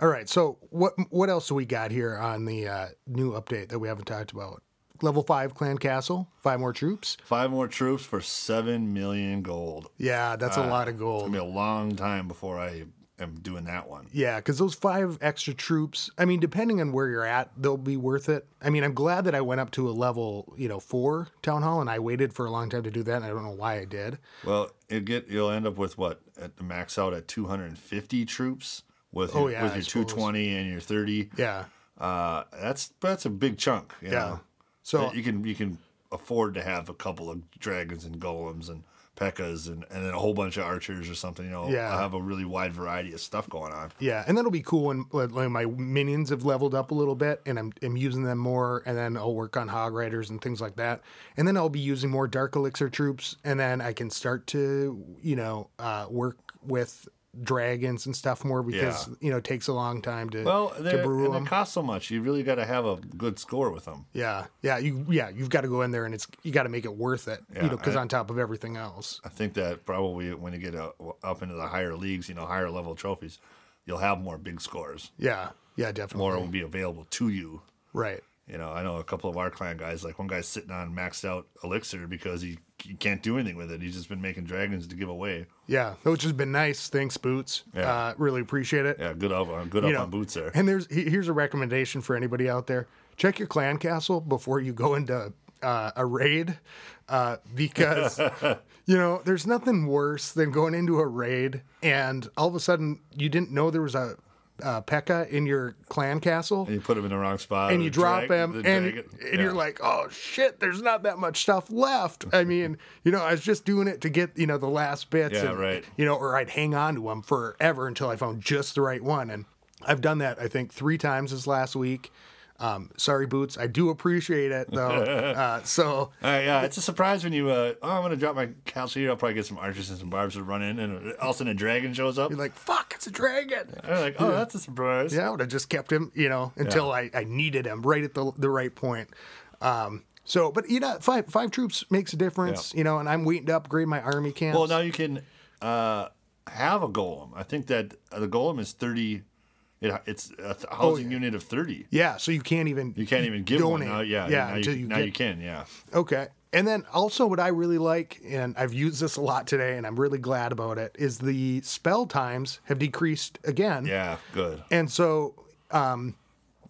B: All right, so what what else do we got here on the uh, new update that we haven't talked about? Level five clan castle, five more troops.
A: Five more troops for seven million gold.
B: Yeah, that's
A: Uh,
B: a lot of
A: It'll
B: gold.
A: be a long time before I am doing that one.
B: Yeah, because those five extra troops, I mean, depending on where you're at, they'll be worth it. I mean, I'm glad that I went up to a level, you know, four town hall, and I waited for a long time to do that. And I don't know why I did.
A: Well, you get you'll end up with what at the max out at 250 troops with
B: Oh,
A: your,
B: yeah,
A: with
B: I
A: your
B: suppose.
A: 220 and your 30.
B: Yeah,
A: Uh, that's that's a big chunk. You
B: yeah.
A: know?
B: So
A: you can you can afford to have a couple of dragons and golems and pekkas and, and then a whole bunch of archers or something. You know,
B: Yeah.
A: I'll have a really wide variety of stuff going on.
B: Yeah, and that'll be cool when like, my minions have leveled up a little bit, and I'm, I'm using them more, and then I'll work on hog riders and things like that, and then I'll be using more dark elixir troops, and then I can start to you know uh, work with dragons and stuff more because
A: Yeah.
B: you know it takes a long time to
A: Well,
B: to
A: they're-
B: brew
A: and
B: them.
A: they cost so much. You really got to have a good score with them.
B: yeah, yeah, you yeah you've got to go in there and it's you got to make it worth it,
A: Yeah,
B: you know, because
A: I-
B: on top of everything else,
A: I think that probably when you get uh up into the higher leagues, you know, higher level trophies, you'll have more big scores.
B: yeah, yeah, definitely,
A: More will be available to you.
B: right,
A: You know, I know a couple of our clan guys. Like one guy's sitting on maxed out elixir because he, he can't do anything with it. He's just been making dragons to give away.
B: yeah, which has been nice. Thanks, Boots.
A: Yeah.
B: Uh, really appreciate it.
A: Yeah, good up, on good up
B: know,
A: on boots there.
B: And there's he- here's a recommendation for anybody out there: check your clan castle before you go into uh, a raid, uh, because you know there's nothing worse than going into a raid and all of a sudden you didn't know there was a, uh Pekka in your clan castle.
A: And you put him in Oh, the wrong spot,
B: And
A: or
B: you drop
A: drag-
B: him,
A: the
B: and,
A: dragon-
B: and
A: yeah.
B: you're like, oh shit, there's not that much stuff left. I mean, you know, I was just doing it to get, you know, the last bits.
A: Yeah,
B: and,
A: right.
B: you know, or I'd hang on to them forever until I found just the right one. And I've done that, I think, three times this last week. Um, sorry, Boots. I do appreciate it, though. uh, so,
A: All right, yeah, it's a surprise when you. Uh, oh, I'm gonna drop my castle here. I'll probably get some archers and some barbs to run in, and all of a sudden a dragon shows up.
B: you're like, fuck, it's a dragon.
A: I'm like, oh, that's a surprise.
B: Yeah, I would have just kept him, you know, until I, I needed him right at the, the right point. Um, so, but you know, five five troops makes a difference, you know, and I'm waiting to upgrade my army camps.
A: Well, now you can uh, have a golem. I think that uh, the golem is thirty. It, it's a th- housing unit of thirty.
B: yeah, so you can't even
A: You can't even give
B: Oh, donate.
A: one. Now, yeah,
B: yeah,
A: Now,
B: until
A: you,
B: you
A: now
B: get-
A: you can. Yeah.
B: Okay. And then also, what I really like, and I've used this a lot today, and I'm really glad about it, is the spell times have decreased again.
A: Yeah. Good.
B: And so, um,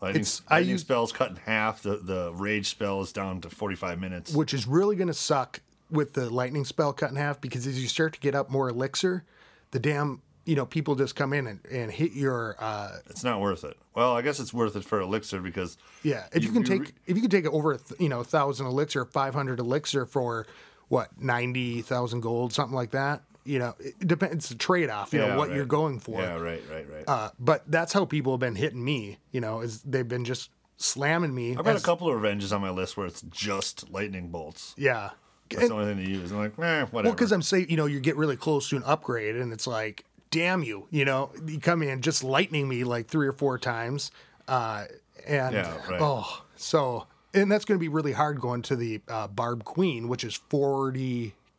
A: Lightning,
B: It's- I
A: lightning
B: use-
A: spells cut in half. The the rage spell is down to forty five minutes.
B: which is really going to suck with the lightning spell cut in half because as you start to get up more elixir, the damn you know people just come in and, and hit your uh,
A: It's not worth it. Well, I guess it's worth it for elixir because
B: yeah. If you, can
A: you
B: take if you can take over a th- you know thousand elixir, five hundred elixir for what ninety thousand gold, something like that. You know, it depends. It's a trade off. You
A: Yeah,
B: know what
A: right.
B: you're going for.
A: yeah, right, right, right.
B: Uh, but that's how people have been hitting me. You know, is they've been just slamming me.
A: I've got a
B: as-
A: couple of revenges on my list where it's just lightning bolts.
B: Yeah.
A: That's the only thing to use. I'm like, eh, whatever.
B: Well, because I'm saying, you know, you get really close to an upgrade, and it's like, damn you, you know, you come in just lightning me like three or four times, uh, and
A: Yeah, right.
B: oh, so and that's going to be really hard going to the uh, Barb Queen, which is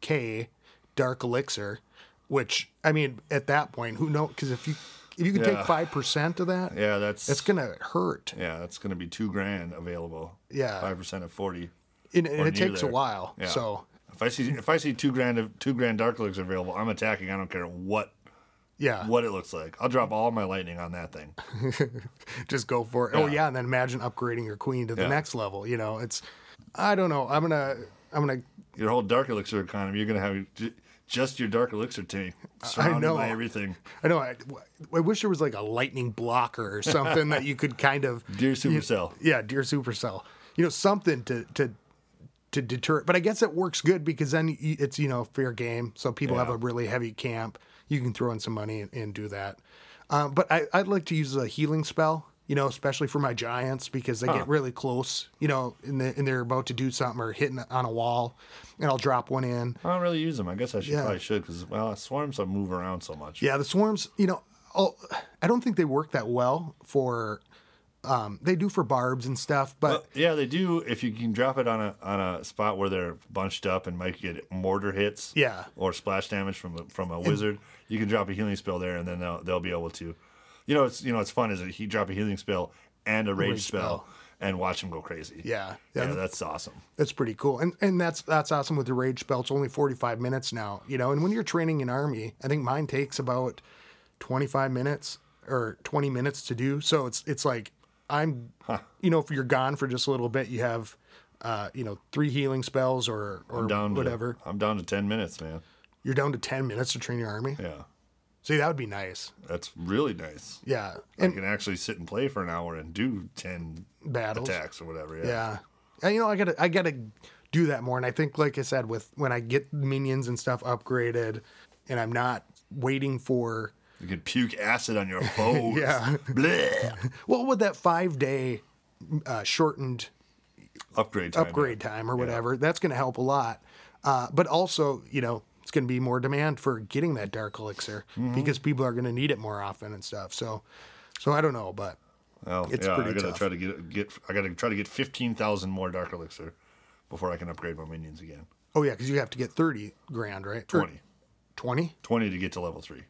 B: 40k dark elixir, which I mean, at that point, who knows? Because if you if you can
A: Yeah.
B: take five percent of that,
A: yeah, that's
B: it's gonna hurt.
A: yeah, that's gonna be two grand available.
B: Yeah.
A: five percent of forty.
B: And, and
A: Or
B: it
A: near
B: takes
A: there.
B: a while.
A: Yeah.
B: So
A: If I see if I see two grand of two grand dark elixir available, I'm attacking. I don't care what
B: yeah,
A: what it looks like. I'll drop all my lightning on that thing.
B: just go for it. Oh yeah, and then imagine upgrading your queen to the
A: Yeah.
B: next level. You know, it's I don't know. I'm gonna I'm gonna
A: Your whole dark elixir economy. You're gonna have j- just your dark elixir tank surrounded
B: know.
A: by everything.
B: I know I, I wish there was like a lightning blocker or something that you could kind of
A: Dear Supercell.
B: yeah, dear Supercell, you know something to to to deter it. But I guess it works good because then y- it's you know fair game. So people have
A: Yeah.
B: a really heavy camp. You can throw in some money and, and do that. Um, but I, I'd like to use a healing spell. You know, especially for my giants because they get really close. You know, and, they, and they're about to do something or hitting on a wall, and I'll drop one in.
A: I don't really use them. I guess I should
B: Yeah.
A: probably should because well, swarms don't move around so much.
B: Yeah, the swarms, you know, all, I don't think they work that well for. Um, they do for barbs and stuff, but
A: Yeah, they do. If you can drop it on a on a spot where they're bunched up and might get mortar hits,
B: Yeah.
A: or splash damage from a, from a wizard, you can drop a healing spell there, and then they'll they'll be able to, you know, it's you know, it's fun is that he drop a healing spell and a rage,
B: rage
A: spell,
B: spell.
A: and watch him go crazy.
B: yeah,
A: yeah,
B: yeah,
A: that's awesome.
B: that's pretty cool. And and that's that's awesome with the rage spell. It's only forty five minutes now, you know. And when you're training an army, I think mine takes about twenty five minutes or twenty minutes to do. So it's it's like I'm, you know, if you're gone for just a little bit, you have, uh, you know, three healing spells or or
A: I'm down to,
B: whatever.
A: I'm down to ten minutes, man.
B: You're down to ten minutes to train your army.
A: Yeah,
B: See, that would be nice.
A: that's really nice.
B: Yeah,
A: I can actually sit and play for an hour and do ten
B: battles.
A: attacks or whatever. Yeah.
B: Yeah. And, you know, I gotta I gotta do that more. And I think, like I said, with when I get minions and stuff upgraded, and I'm not waiting for
A: you can puke acid on your foes.
B: Yeah.
A: Bleh.
B: what would that five day uh, shortened
A: upgrade time. yeah.
B: upgrade time or whatever. That's gonna help a lot. Uh, but also, you know, it's gonna be more demand for getting that dark elixir because people are gonna need it more often and stuff. So, so I don't know, but
A: Well,
B: It's
A: Oh, yeah, I
B: pretty
A: gotta
B: tough.
A: try to get get. I gotta try to get fifteen thousand more dark elixir before I can upgrade my minions again.
B: oh yeah, because you have to get thirty grand, right?
A: 20.
B: Twenty.
A: Twenty to get to level three.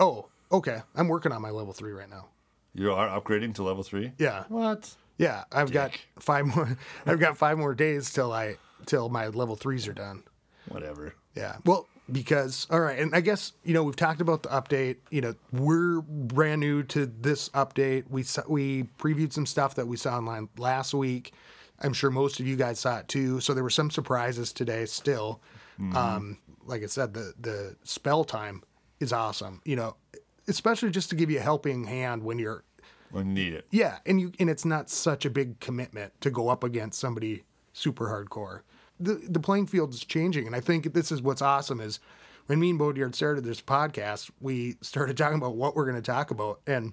B: Oh, okay. I'm working on my level three right now.
A: You are upgrading to level three.
B: Yeah.
A: What?
B: Yeah, I've got five more. I've got five more days till I till my level threes are done.
A: Whatever.
B: Yeah. Well, because all right, and I guess you know we've talked about the update. You know, we're brand new to this update. We saw, we previewed some stuff that we saw online last week. I'm sure most of you guys saw it too. So there were some surprises today still. Um, like I said, the the spell time is awesome. You know, especially just to give you a helping hand when you're
A: We need it.
B: yeah, and you and it's not such a big commitment to go up against somebody super hardcore. The the playing field is changing, and I think this is what's awesome is when me and Baudrillard started this podcast, we started talking about what we're going to talk about, and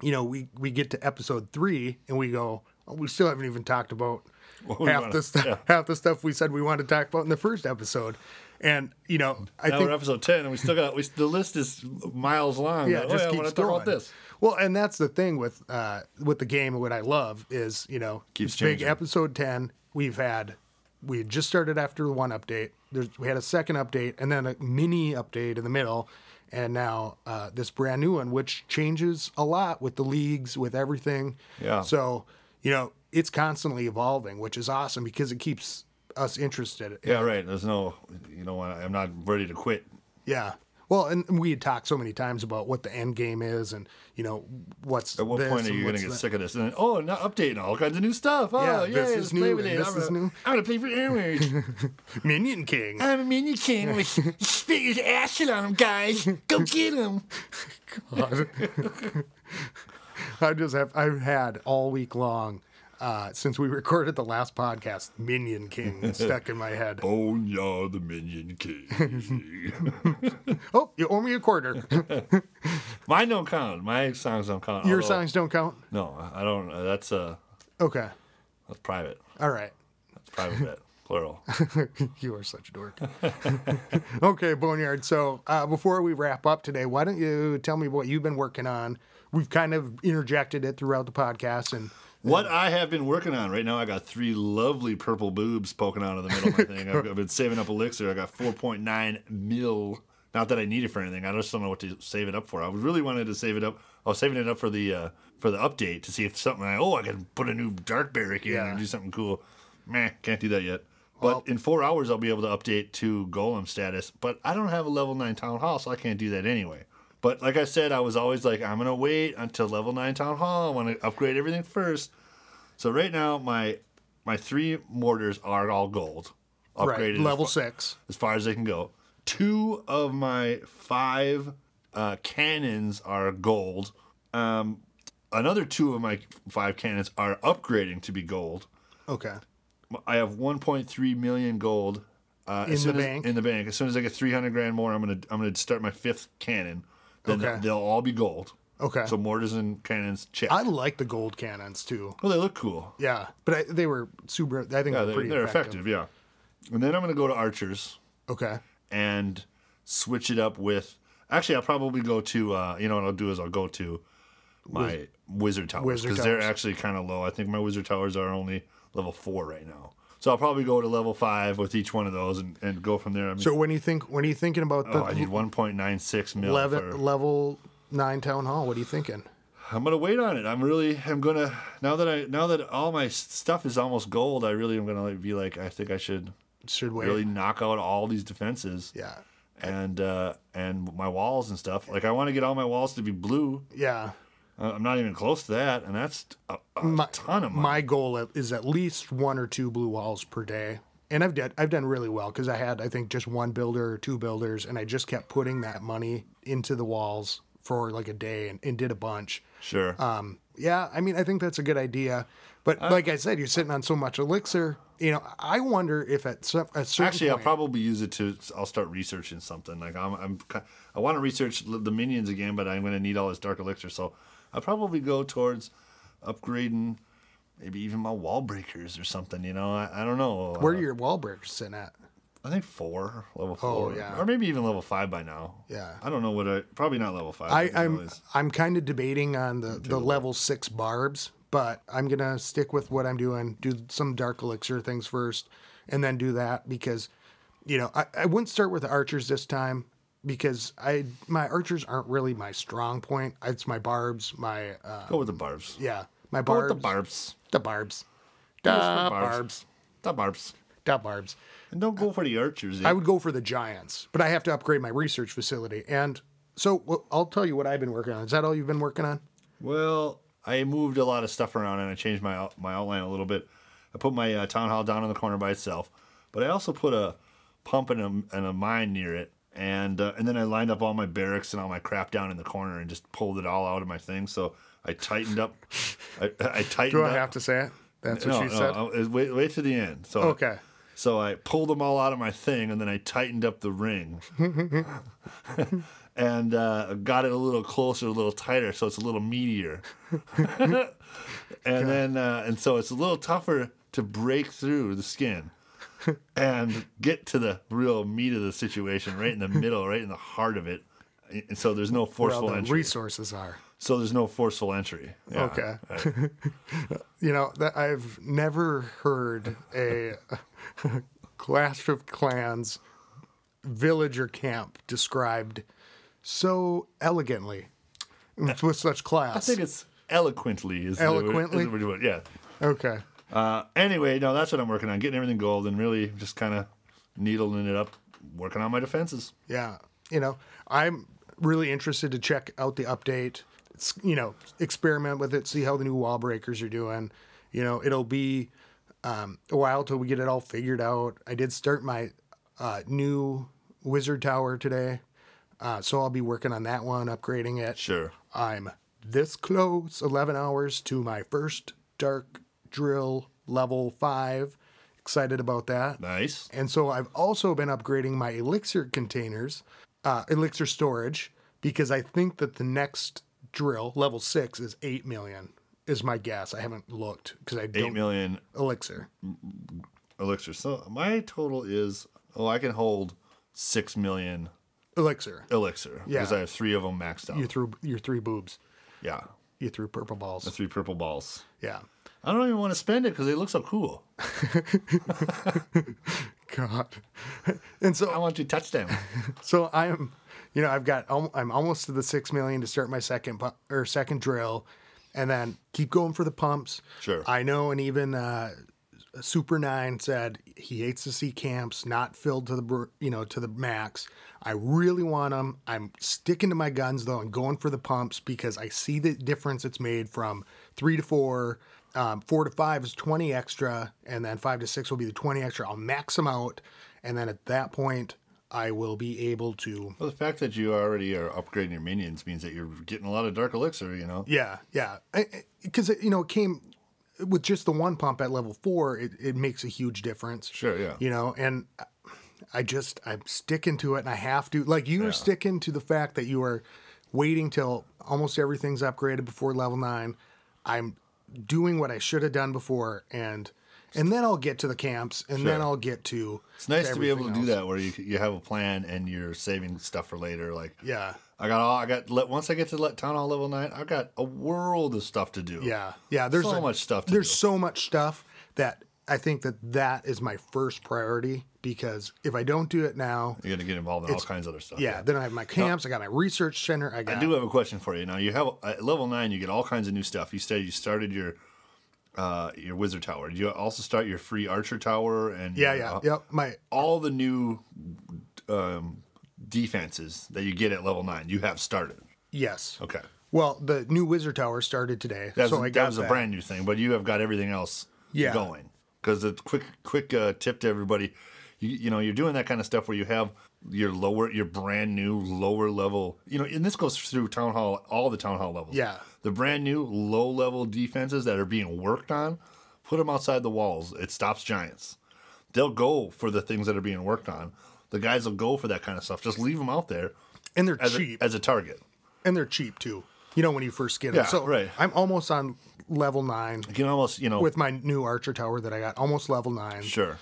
B: you know we we get to episode three and we go, oh, we still haven't even talked about
A: we
B: half
A: wanna-
B: the stuff half the stuff we said we wanted to talk about in the first episode, and you know I
A: Now
B: think
A: we're episode ten, and we still got. We, the list is miles long.
B: yeah,
A: Like,
B: it
A: oh,
B: just
A: I
B: keeps
A: wanna
B: going.
A: talk about this.
B: Well, and that's the thing with uh, with the game. and What I love is you know
A: Keeps
B: it's big
A: changing.
B: episode ten. We've had we had just started after one update. There's, we had a second update and then a mini update in the middle, and now uh, this brand new one, which changes a lot with the leagues, with everything.
A: Yeah.
B: So you know it's constantly evolving, which is awesome because it keeps us interested.
A: Yeah, right. There's no. You know, I- I'm not ready to quit.
B: Yeah. Well, and we had talked so many times about what the end game is, and you know what's
A: At what
B: this
A: point are
B: and
A: you going to
B: what's
A: get sick
B: that.
A: of this? And then, oh, now updating all kinds of new stuff. Oh,
B: Yeah,
A: yeah,
B: this is
A: let's
B: new
A: play with
B: and
A: it.
B: this
A: I'm
B: is
A: gonna-
B: new.
A: I'm going to play for Airways.
B: Minion King?
A: I'm a mini king with spit his acid on him, guys. Go get him.
B: I just have I've had all week long uh, since we recorded the last podcast, Minion King stuck in my head.
A: Oh, yeah, the minion king.
B: Oh, you owe me a quarter.
A: Mine don't count. My songs don't count.
B: Your
A: although-
B: songs don't count.
A: No, I don't. Uh, that's uh,
B: Okay,
A: that's private.
B: all right.
A: That's private bet. Plural.
B: You are such a dork. okay, Boneyard. So uh, before we wrap up today, why don't you tell me what you've been working on? We've kind of interjected it throughout the podcast, and
A: What I have been working on right now, I got three lovely purple boobs poking out of the middle of my thing. I've, I've been saving up elixir. I got 4.9 mil. Not that I need it for anything. I just don't know what to save it up for. I really wanted to save it up. I was saving it up for the uh, for the update to see if something. I, oh, I can put a new dark barrack in
B: Yeah.
A: and do something cool. Meh, can't do that yet. But in four hours, I'll be able to update to golem status. But I don't have a level nine town hall, so I can't do that anyway. But like I said, I was always like, I'm gonna wait until level nine town hall. I want to upgrade everything first. So right now, my my three mortars are all gold, upgraded
B: right,
A: as
B: level
A: far-
B: six.
A: as far as they can go. Two of my five uh, cannons are gold. Um, another two of my five cannons are upgrading to be gold.
B: Okay,
A: I have 1.3 million gold uh,
B: In
A: as
B: the
A: soon as-
B: bank?
A: in the bank. As soon as I get 300 grand more, I'm gonna I'm gonna start my fifth cannon. Then
B: Okay.
A: they'll all be gold.
B: okay.
A: So mortars and cannons, check.
B: I like the gold cannons too.
A: well, they look cool.
B: Yeah, but I, they were super. I think
A: Yeah,
B: they're
A: they're,
B: pretty
A: they're effective.
B: effective.
A: Yeah. And then I'm gonna go to archers
B: Okay,
A: and switch it up with. Actually, I'll probably go to. Uh, you know what I'll do is I'll go to my wizard towers
B: Wizard
A: because they're
B: towers.
A: actually kind of low. I think my wizard towers are only level four right now. So I'll probably go to level five with each one of those and, and go from there. I mean,
B: so when you think when are you thinking about the
A: Oh, I need 1.96 mil.
B: level
A: for-
B: level nine town hall? What are you thinking?
A: I'm gonna wait on it. I'm really. I'm gonna now that I now that all my s- stuff is almost gold. I really am gonna like, be like. I think I should
B: Should wait.
A: really knock out all these defenses.
B: Yeah,
A: And uh, and my walls and stuff. Like I want to get all my walls to be blue.
B: yeah.
A: I- I'm not even close to that, and that's a, a
B: my,
A: ton of money.
B: my goal at- is at least one or two blue walls per day. And I've done I've done really well because I had I think just one builder or two builders, and I just kept putting that money into the walls for like a day and, and did a bunch.
A: sure.
B: Um, yeah, I mean I think that's a good idea, but
A: Uh,
B: like I said, you're sitting on so much elixir. You know, I wonder if at some at certain
A: Actually, I'll
B: point,
A: probably use it to. I'll start researching something. Like I'm, I'm ki- I want to research l- the minions again, but I'm going to need all this dark elixir, so I'll probably go towards upgrading, maybe even my wall breakers or something. You know, I, I don't know.
B: where
A: Uh,
B: are your wall breakers sitting at?
A: I think four, level four,
B: Oh, yeah.
A: or maybe even level five by now.
B: Yeah.
A: I don't know what I. Probably not level five.
B: I,
A: think
B: I'm
A: was-
B: I'm kind of debating on the, the level six barbs, but I'm gonna stick with what I'm doing. Do some dark elixir things first, and then do that because, you know, I, I wouldn't start with archers this time because I my archers aren't really my strong point. It's my barbs, my uh,
A: go with the barbs.
B: yeah, my
A: Go
B: barbs,
A: with the barbs.
B: the barbs,
A: Go
B: the
A: with the
B: Uh, barbs,
A: The barbs.
B: the barbs.
A: And don't go for the archers. eh?
B: I would go for the Giants, but I have to upgrade my research facility. And so well, I'll tell you what I've been working on. Is that all you've been working on?
A: Well, I moved a lot of stuff around and I changed my out- my outline a little bit. I put my uh, town hall down in the corner by itself, but I also put a pump and a, and a mine near it, and uh, and then I lined up all my barracks and all my crap down in the corner and just pulled it all out of my thing. So I tightened up. I, I tightened.
B: Do
A: up.
B: I have to say it? That's what
A: No,
B: she
A: no,
B: said.
A: I'll- wait, wait to the end. So
B: Okay.
A: So I pulled them all out of my thing and then I tightened up the ring and uh, got it a little closer, a little tighter, so it's a little meatier. and then, uh, and so it's a little tougher to break through the skin and get to the real meat of the situation, right in the middle, right in the heart of it. And so there's no forceful
B: Well, the
A: entry.
B: resources are.
A: so there's no forceful entry. Yeah.
B: Okay. you know, that I've never heard a Clash of Clans villager camp described so elegantly with such
A: I
B: class.
A: think it's eloquently is the word- is
B: Eloquently?
A: the word you want. yeah.
B: Okay.
A: Uh, anyway, no, that's what I'm working on, getting everything gold and really just kind of needling it up, working on my defenses.
B: Yeah. you know, I'm really interested to check out the update. It's, you know, experiment with it, see how the new wall breakers are doing. You know, it'll be um, a while till we get it all figured out. I did start my uh, new wizard tower today, uh, so I'll be working on that one, upgrading it.
A: Sure.
B: I'm this close, 11 hours to my first dark drill level five. Excited about that.
A: Nice.
B: And so I've also been upgrading my elixir containers, uh, elixir storage, because I think that the next drill, level six, is 8 million, is my guess. I haven't looked because I
A: Eight
B: don't
A: million
B: elixir.
A: elixir. So my total is oh, I can hold six million
B: Elixir.
A: elixir because
B: Yeah.
A: I have three of them maxed out.
B: You threw your three boobs.
A: yeah,
B: You threw purple balls.
A: three purple balls.
B: Yeah.
A: I don't even want to spend it because they look so cool.
B: God. and so
A: I want to touch them.
B: So I'm, you know, I've got al- I'm almost to the six million to start my second pu- or second drill, and then keep going for the pumps.
A: Sure.
B: I know, and even uh, Super Nine said he hates to see camps not filled to the br- you know to the max. I really want them. I'm sticking to my guns though and going for the pumps because I see the difference it's made from three to four. Um, four to five is 20 extra, and then five to six will be the 20 extra. I'll max them out, and then at that point, I will be able to.
A: well, the fact that you already are upgrading your minions means that you're getting a lot of dark elixir. You know.
B: Yeah, yeah. Because, you know, it came with just the one pump at level four, it, it makes a huge difference.
A: Sure. Yeah.
B: You know, and I just, I'm sticking to it and I have to. Like, you are sticking to the fact that you are waiting till almost everything's upgraded before level nine. I'm doing what I should have done before and. And then I'll get to the camps, and then
A: Sure.
B: I'll get to.
A: It's nice to be able to
B: everything
A: do
B: else.
A: that where you you have a plan and you're saving stuff for later. Like
B: Yeah,
A: I got all I got. Let, once I get to let town hall level nine, I've got a world of stuff to do.
B: Yeah, yeah. There's
A: So
B: a-
A: much stuff to
B: there's
A: do.
B: so much stuff that I think that that is my first priority because if I don't do it now,
A: You're gonna get involved in all kinds of other stuff.
B: yeah, then I have my camps, I got my research center, I got
A: I do have a question for you. Now you have at level nine, you get all kinds of new stuff. You said you started your uh, your wizard tower. Did you also start your free archer tower and
B: yeah, yeah,
A: uh,
B: yep. My
A: all the new um, defenses that you get at level nine. You have started.
B: yes.
A: Okay,
B: Well, the new wizard tower started today,
A: that was,
B: so I
A: that
B: got
A: was a brand new thing, but you have got everything else
B: Yeah.
A: going. Because the quick quick uh, tip to everybody, you, you know, you're doing that kind of stuff where you have your lower your brand new lower level you know and this goes through town hall all the town hall levels
B: Yeah.
A: the brand new low level defenses that are being worked on, put them outside the walls. It stops giants. They'll go for the things that are being worked on. The guys will go for that kind of stuff. Just leave them out there
B: and they're
A: as,
B: cheap,
A: A, as a target.
B: and they're cheap too. You know when you first get them.
A: Yeah,
B: so
A: right.
B: I'm almost on level nine
A: You can almost, you know,
B: with my new archer tower that I got, almost level nine.
A: sure.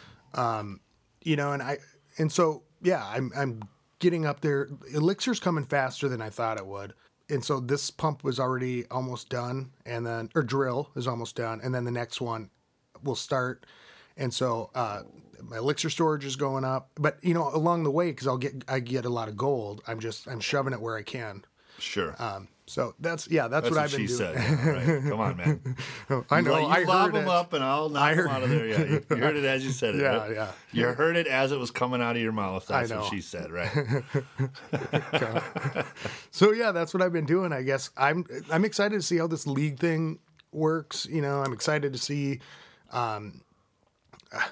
B: you know, and I and so yeah, I'm I'm getting up there. Elixir's coming faster than I thought it would. And so this pump was already almost done and then or drill is almost done and then the next one will start. And so uh my elixir storage is going up, but you know, along the way cuz I'll get I get a lot of gold. I'm just I'm shoving it where I can.
A: Sure.
B: Um so that's yeah, that's,
A: That's
B: what,
A: what,
B: I've
A: she
B: been doing.
A: said. Yeah, right. Come on, man.
B: I know
A: Like, you
B: I
A: lob
B: heard
A: them
B: it.
A: up and I'll knock them
B: heard-
A: out of there. Yeah, you, you heard it as you said it.
B: Yeah,
A: right?
B: yeah.
A: You heard it as it was coming out of your mouth.
B: I
A: That's what
B: know.
A: she said, right?
B: So yeah, that's what I've been doing. I guess I'm I'm excited to see how this league thing works. You know, I'm excited to see. Um,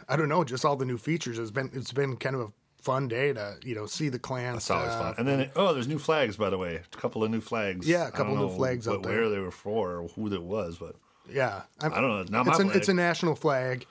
B: I don't know, just all the new features. It's been it's been kind of a fun day to you know see the clans. uh,
A: It's always fun. And then, oh, there's new flags, by the way. A couple of new flags.
B: Yeah, a
A: I don't
B: couple new
A: know
B: flags
A: what,
B: out there.
A: Where they were for, or who that was, but
B: Yeah, I'm,
A: I don't know. It's not my
B: It's, an,
A: flag.
B: it's a national flag.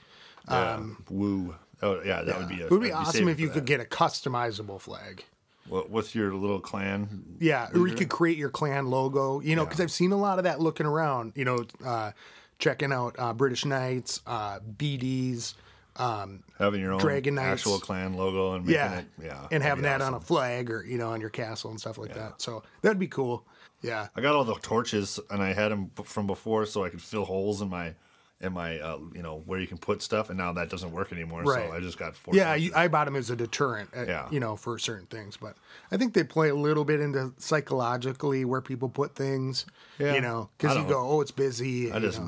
A: yeah. woo. Oh, yeah, that would be. A,
B: it would be
A: I'd
B: awesome
A: saving
B: if
A: for
B: you
A: that.
B: could get a customizable flag.
A: What, what's your little clan?
B: Yeah, or you could create your clan logo. You know, because I've seen a lot of that looking around. You know, uh, checking out uh, British Knights, uh, BDs. Um,
A: Having your own
B: Dragon Knights.
A: actual clan logo and making
B: yeah,
A: it, yeah,
B: and having that on a flag or you know on your castle and stuff like that. So that'd be cool. Yeah,
A: I got all the torches and I had them from before, so I could fill holes in my, in my, uh, you know, where you can put stuff, and now that doesn't work anymore.
B: Right.
A: So I just got four.
B: yeah.
A: torches.
B: You, I bought them as a deterrent. uh,
A: Yeah.
B: you know for certain things, but I think they play a little bit into psychologically where people put things.
A: Yeah.
B: you know
A: I
B: because you
A: don't-
B: go, oh, it's busy.
A: I just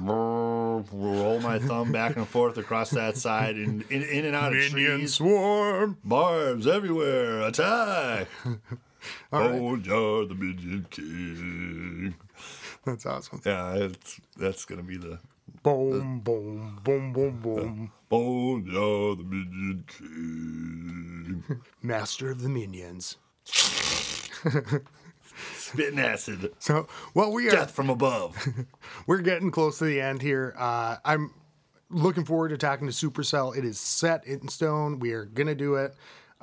A: roll my thumb back and forth across that side and in, in and out of trees.
B: swarm.
A: Barbs everywhere, attack! Boneyard, the Midget King.
B: That's awesome.
A: Yeah, it's, that's going to be the
B: Boom, boom, boom, boom, boom.
A: Boneyard, the Midget King.
B: Master of the Minions.
A: Spitting acid.
B: So, well, we are
A: Death from above.
B: we're getting close to the end here. Uh, I'm looking forward to talking to Supercell. It is set in stone. We are gonna do it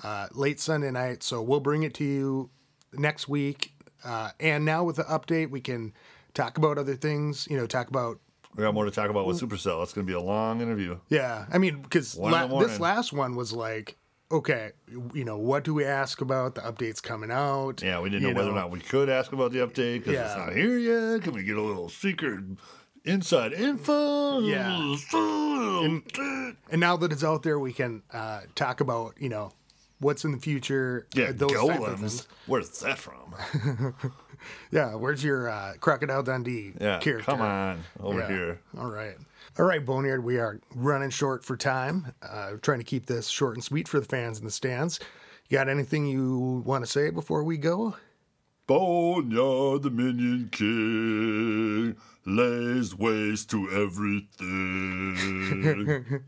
B: uh, late Sunday night, so we'll bring it to you next week. Uh, and now with the update, we can talk about other things. You know, talk about
A: We got more to talk about with
B: Mm.
A: Supercell. It's going to be a long interview.
B: yeah. I mean, because
A: One in the
B: la- this
A: morning.
B: last one was like. Okay, you know what do we ask about? The update's coming out.
A: Yeah, we didn't
B: you
A: know whether or not we could ask about the update because it's
B: Yeah.
A: not here yet. Can we get a little secret inside info?
B: Yeah. And now that it's out there, we can uh, talk about you know what's in the future.
A: yeah,
B: uh, those type of things.
A: golems. Where's that from?
B: Yeah, where's your uh, Crocodile Dundee
A: Yeah,
B: character?
A: come on over
B: Yeah.
A: here.
B: All right. All right, Boneyard, we are running short for time. Uh, trying to keep this short and sweet for the fans in the stands. You got anything you want to say before we go?
A: Boneyard, the minion king, lays waste to everything.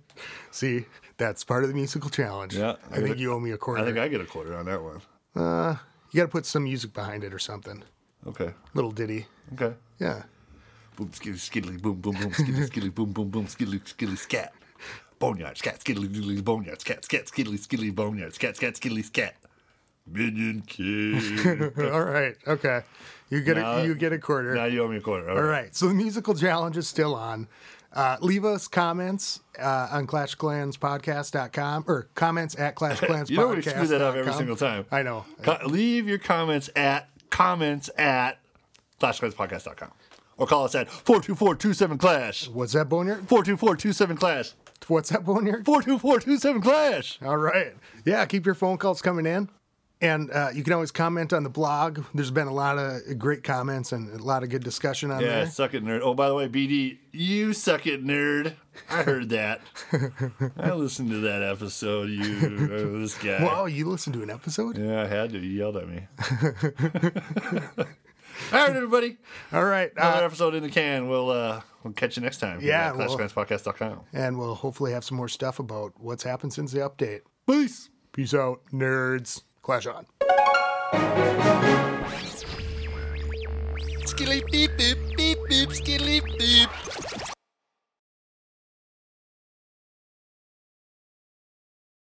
B: See, that's part of the musical challenge.
A: Yeah, I
B: I, think
A: think-
B: you owe me a quarter.
A: I think I get a quarter on that one.
B: you got to put some music behind it or something.
A: Okay,
B: Little ditty.
A: okay.
B: Yeah.
A: Boom, skilly, skilly, boom, boom, boom, skilly, skilly, boom, boom, boom, skilly, skilly, scat. Boneyard, scat, skilly, skilly, boneyard, scat, scat, skilly, skilly, boneyard, scat, scat, skilly, scat. Minion kid.
B: All right. Okay. You get
A: Now-
B: a, you get a quarter.
A: now you owe me a quarter.
B: All right, so the musical challenge is still on. Uh, leave us comments uh, on ClashClansPodcast.com or comments at ClashClansPodcast.
A: You know we screw that up every single time.
B: I know.
A: Co- leave your comments at comments at clashclasspodcast.com or call us at 424-27-CLASH.
B: What's that, Boneyard?
A: 424-27-CLASH.
B: What's that, Boneyard?
A: 424-27-CLASH.
B: All right. Yeah, keep your phone calls coming in. And uh, you can always comment on the blog. There's been a lot of great comments and a lot of good discussion on
A: Yeah, suck it, nerd. Oh, by the way, BD, you suck it, nerd. I heard that. I listened to that episode. You, uh, this guy.
B: there. Wow, you listened to an episode?
A: yeah, I had to. You yelled at me. All right, everybody.
B: All right.
A: Another
B: Uh,
A: episode in the can. We'll uh, we'll catch you next time. Here
B: Yeah,
A: at
B: we'll-
A: ClashClansPodcast.com.
B: and we'll hopefully have some more stuff about what's happened since the update.
A: Peace.
B: Peace out, nerds. Clash on.
A: Skilly beep beep.